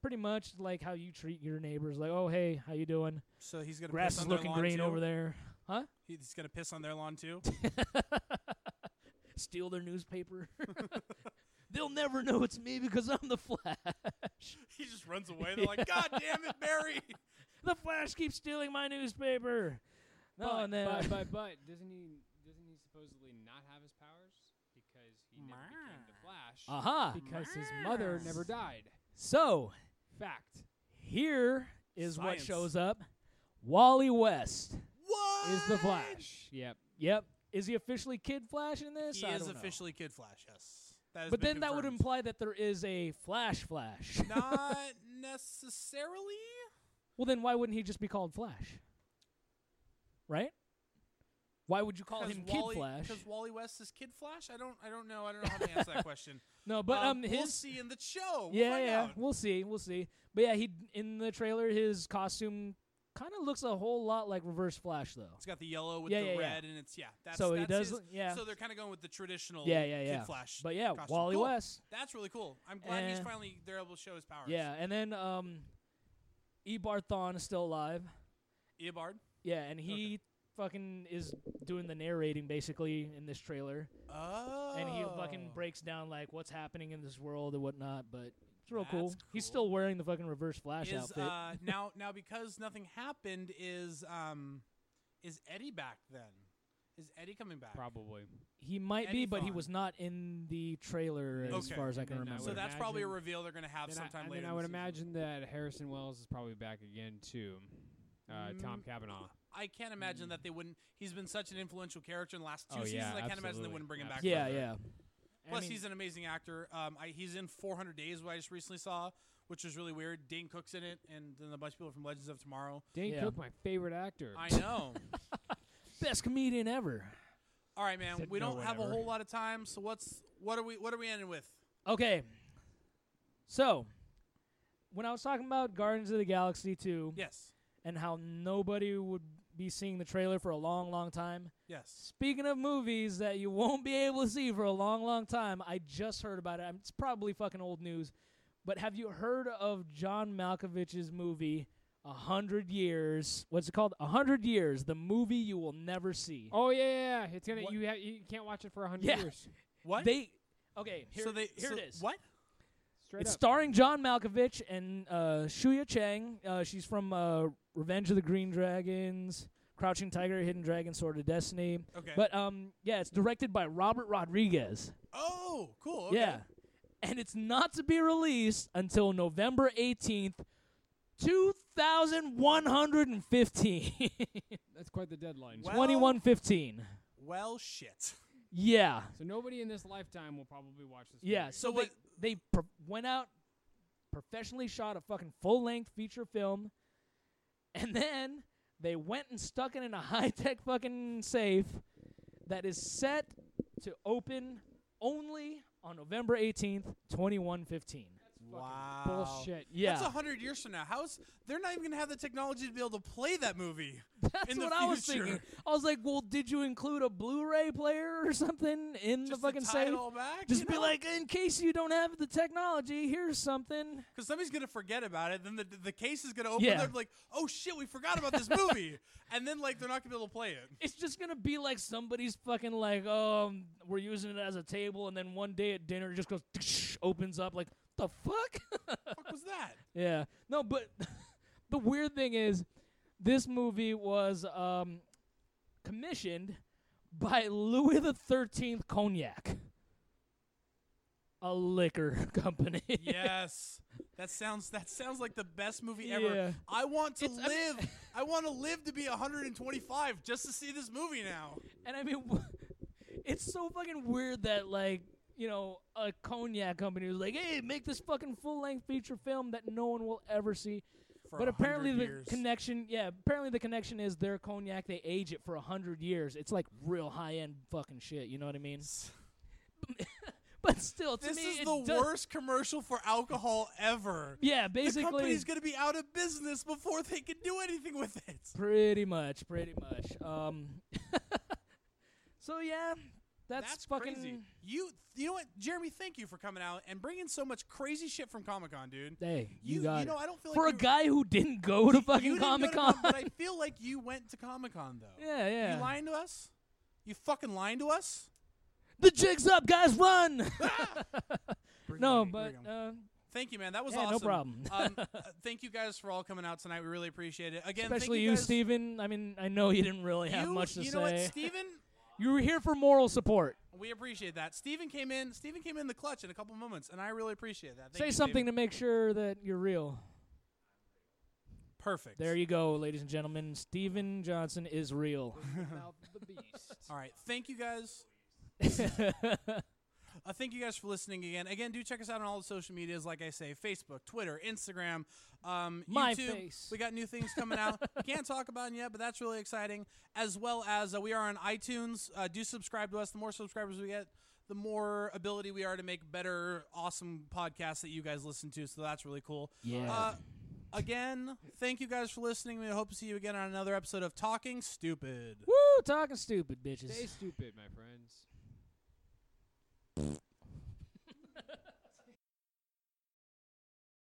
Speaker 2: pretty much like how you treat your neighbors. Like, oh hey, how you doing?
Speaker 1: So he's gonna
Speaker 2: Grass
Speaker 1: piss
Speaker 2: is
Speaker 1: on their
Speaker 2: looking
Speaker 1: lawn
Speaker 2: green
Speaker 1: too?
Speaker 2: over there.
Speaker 1: He's gonna piss on their lawn too.
Speaker 2: Steal their newspaper. They'll never know it's me because I'm the Flash.
Speaker 1: he just runs away. They're like, God damn it, Barry!
Speaker 2: the Flash keeps stealing my newspaper. Oh, No,
Speaker 3: but,
Speaker 2: and then
Speaker 3: but, but but doesn't he doesn't he supposedly not have his powers because he never became the Flash
Speaker 2: aha.
Speaker 3: because his mother never died.
Speaker 2: So
Speaker 3: Fact.
Speaker 2: here is what
Speaker 1: Science.
Speaker 2: shows up. Wally West
Speaker 1: What
Speaker 2: is the Flash.
Speaker 3: Yep.
Speaker 2: Yep. Is he officially Kid Flash in this?
Speaker 1: He
Speaker 2: I
Speaker 1: is
Speaker 2: don't know.
Speaker 1: officially Kid Flash. Yes, that has
Speaker 2: But
Speaker 1: been
Speaker 2: then that would
Speaker 1: confirmed.
Speaker 2: imply that there is a Flash Flash.
Speaker 1: not necessarily.
Speaker 2: well, then why wouldn't he just be called Flash? Right? Why would you call him
Speaker 1: Wally,
Speaker 2: Kid Flash?
Speaker 1: Because Wally West is Kid Flash. I don't. I don't know. I don't know how to answer that question.
Speaker 2: No, but um, his
Speaker 1: uh, we'll see in the show. We'll
Speaker 2: yeah,
Speaker 1: find
Speaker 2: yeah,
Speaker 1: out.
Speaker 2: we'll see, we'll see. But yeah, he in the trailer his costume kind of looks a whole lot like Reverse Flash though.
Speaker 1: It's got the yellow with
Speaker 2: Yeah,
Speaker 1: the
Speaker 2: yeah, yeah.
Speaker 1: red, and it's yeah. That's,
Speaker 2: So he
Speaker 1: that's
Speaker 2: does
Speaker 1: his-
Speaker 2: look- yeah.
Speaker 1: So they're kind of going with the traditional.
Speaker 2: Yeah, yeah, yeah.
Speaker 1: Kid Flash.
Speaker 2: But yeah,
Speaker 1: costume.
Speaker 2: Wally
Speaker 1: Cool.
Speaker 2: West.
Speaker 1: That's really cool. I'm glad he's
Speaker 2: Eh.
Speaker 1: finally they're able to show his powers.
Speaker 2: Yeah, and then um, Ebarthon is still alive.
Speaker 1: Eobard.
Speaker 2: Yeah, and he fucking is doing the narrating basically in this trailer,
Speaker 1: Oh.
Speaker 2: and he fucking breaks down like what's happening in this world and whatnot. But it's real cool.
Speaker 1: That's
Speaker 2: He's
Speaker 1: cool.
Speaker 2: still wearing the fucking Reverse Flash
Speaker 1: Is
Speaker 2: outfit.
Speaker 1: uh now now because nothing happened is um is Eddie back then? Is Eddie coming back?
Speaker 3: Probably.
Speaker 2: he might be, but he
Speaker 1: Eddie
Speaker 2: was
Speaker 1: Thon.
Speaker 2: not in the trailer as
Speaker 1: Okay.
Speaker 2: far as I can
Speaker 3: Then I
Speaker 2: remember.
Speaker 1: So
Speaker 3: would
Speaker 1: that's probably a
Speaker 3: imagine-
Speaker 1: reveal they're going to have
Speaker 3: Then I,
Speaker 1: sometime
Speaker 3: and
Speaker 1: later.
Speaker 3: then
Speaker 1: in
Speaker 3: I would
Speaker 1: the season.
Speaker 3: imagine that Harrison Wells is probably back again too. Uh, Tom
Speaker 1: Mm,
Speaker 3: Cavanaugh.
Speaker 1: I can't imagine that they wouldn't. He's been such an influential character in the last two
Speaker 3: Hmm. Oh,
Speaker 1: seasons.
Speaker 3: yeah,
Speaker 1: I can't imagine they
Speaker 3: absolutely.
Speaker 1: wouldn't bring him back.
Speaker 2: yeah,
Speaker 1: further.
Speaker 2: yeah.
Speaker 1: Plus,
Speaker 2: I mean,
Speaker 1: he's an amazing actor. Um, I, he's in 400 Days, what I just recently saw, which was really weird. Dane Cook's in it, and then a bunch of people from Legends of Tomorrow.
Speaker 3: Dane
Speaker 2: Yeah.
Speaker 3: Cook, my favorite actor.
Speaker 1: I know.
Speaker 2: best comedian ever.
Speaker 1: All right, man.
Speaker 3: Said
Speaker 1: We
Speaker 3: no
Speaker 1: don't
Speaker 3: one
Speaker 1: have a
Speaker 3: ever.
Speaker 1: whole lot of time, so what's what are we what are we ending with?
Speaker 2: Okay, so when I was talking about Guardians of the Galaxy two
Speaker 1: Yes,
Speaker 2: and how nobody would be seeing the trailer for a long, long time.
Speaker 1: yes.
Speaker 2: Speaking of movies that you won't be able to see for a long, long time, I just heard about it. I'm- It's probably fucking old news, but have you heard of John Malkovich's movie? A hundred years. What's it called? A hundred years. The movie you will never see.
Speaker 3: Oh yeah, yeah, yeah. It's gonna
Speaker 2: What-
Speaker 3: you have you can't watch it for a hundred
Speaker 2: Yeah.
Speaker 3: years.
Speaker 1: What?
Speaker 2: They okay. Here,
Speaker 1: so they
Speaker 2: here
Speaker 1: so
Speaker 2: it is.
Speaker 1: What?
Speaker 3: Straight
Speaker 2: It's
Speaker 3: up.
Speaker 2: starring John Malkovich and uh, Shuya Chang. Uh, she's from uh, Revenge of the Green Dragons, Crouching Tiger, Hidden Dragon, Sword of Destiny.
Speaker 1: Okay.
Speaker 2: But um, yeah, it's directed by Robert Rodriguez.
Speaker 1: oh, cool. Okay.
Speaker 2: Yeah, and it's not to be released until November eighteenth, two thousand one hundred and fifteen.
Speaker 3: That's quite the deadline.
Speaker 1: Well-
Speaker 2: Twenty one fifteen.
Speaker 1: Well, shit.
Speaker 2: Yeah,
Speaker 3: So nobody in this lifetime will probably watch this.
Speaker 2: yeah.
Speaker 3: movie.
Speaker 2: So,
Speaker 1: So
Speaker 2: they,
Speaker 1: what-
Speaker 2: they pro- went out, professionally shot a fucking full length feature film, and then they went and stuck it in a high tech fucking safe that is set to open only on November eighteenth, twenty one fifteen.
Speaker 1: Wow.
Speaker 3: bullshit.
Speaker 2: Yeah,
Speaker 1: That's a hundred years from now. How's they're not even gonna have the technology to be able to play that movie?
Speaker 2: That's
Speaker 1: in the
Speaker 2: what I was
Speaker 1: future.
Speaker 2: thinking. I was like, well, did you include a Blu-ray player or something in
Speaker 1: Just
Speaker 2: the fucking
Speaker 1: to tie
Speaker 2: safe?
Speaker 1: it all back.
Speaker 2: Just
Speaker 1: you
Speaker 2: be
Speaker 1: know?
Speaker 2: like, in case you don't have the technology, here's something.
Speaker 1: because somebody's gonna forget about it. Then the the case is gonna open.
Speaker 2: Yeah.
Speaker 1: They're like, oh shit, we forgot about this movie, and then like they're not gonna be able to play it.
Speaker 2: It's just gonna be like somebody's fucking like, um, we're using it as a table, and then one day at dinner, it just goes, opens up, like the fuck.
Speaker 1: fuck was that?
Speaker 2: Yeah. No, but the weird thing is, this movie was um, commissioned by Louis the Thirteenth Cognac, a liquor company.
Speaker 1: yes, that sounds that sounds like the best movie ever.
Speaker 2: Yeah.
Speaker 1: I want to
Speaker 2: It's- I mean-
Speaker 1: live. I, want to live to be 125 just to see this movie now.
Speaker 2: and I mean, wha- it's so fucking weird that like. You know, a cognac company was like, "Hey, make this fucking full-length feature film that no one will ever see."
Speaker 1: For
Speaker 2: but
Speaker 1: 100
Speaker 2: apparently, the
Speaker 1: years.
Speaker 2: connection, yeah, apparently the connection is their cognac. They age it for a hundred years. It's like real high-end fucking shit. You know what I mean? But still, to
Speaker 1: This
Speaker 2: me,
Speaker 1: is
Speaker 2: it
Speaker 1: the
Speaker 2: does-
Speaker 1: worst commercial for alcohol ever.
Speaker 2: Yeah,
Speaker 1: the
Speaker 2: basically,
Speaker 1: company's gonna be out of business before they can do anything with it.
Speaker 2: pretty much, pretty much. Um, so yeah, That's, fucking.
Speaker 1: crazy. You you know what, Jeremy? Thank you for coming out and bringing so much crazy shit from Comic Con, dude.
Speaker 2: Hey, you,
Speaker 1: you,
Speaker 2: got it.
Speaker 1: know I don't feel
Speaker 2: for
Speaker 1: like
Speaker 2: a
Speaker 1: you-
Speaker 2: guy who didn't go to
Speaker 1: you
Speaker 2: fucking
Speaker 1: didn't go to
Speaker 2: Comic Con.
Speaker 1: but I feel like you went to Comic Con though.
Speaker 2: yeah, yeah.
Speaker 1: You lying to us? You fucking lying to us?
Speaker 2: The jig's up, guys. Run.
Speaker 1: Bring
Speaker 2: no,
Speaker 1: 'em, bring
Speaker 2: but
Speaker 1: 'em.
Speaker 2: uh,
Speaker 1: thank you, man. That was
Speaker 2: yeah,
Speaker 1: awesome.
Speaker 2: no problem.
Speaker 1: um, uh, thank you guys for all coming out tonight. We really appreciate it. Again, thank
Speaker 2: especially
Speaker 1: you,
Speaker 2: you,
Speaker 1: guys.
Speaker 2: Steven. I mean, I know you didn't really have
Speaker 1: You-
Speaker 2: much to
Speaker 1: you
Speaker 2: say.
Speaker 1: know what, Steven?
Speaker 2: you were here for moral support.
Speaker 1: We appreciate that. Steven came in. Steven came in the clutch in a couple moments, and I really appreciate that. Thank
Speaker 2: Say
Speaker 1: you,
Speaker 2: something
Speaker 1: Steven.
Speaker 2: to make sure that you're real.
Speaker 1: Perfect.
Speaker 2: There you go, ladies and gentlemen. Steven Johnson is real.
Speaker 3: Mouth of the beast.
Speaker 1: All right. Thank you guys. Uh, thank you guys for listening again. Again, do check us out on all the social medias. Like I say, Facebook, Twitter, Instagram, um,
Speaker 2: My
Speaker 1: YouTube.
Speaker 2: face.
Speaker 1: We got new things coming out. Can't talk about them yet, but that's really exciting. As well as uh, we are on iTunes. Uh, do subscribe to us. The more subscribers we get, the more ability we are to make better, awesome podcasts that you guys listen to. So that's really cool.
Speaker 2: Yeah.
Speaker 1: Uh, again, thank you guys for listening. We hope to see you again on another episode of Talking Stupid.
Speaker 2: Woo, talking stupid, bitches.
Speaker 3: Stay stupid, my friends.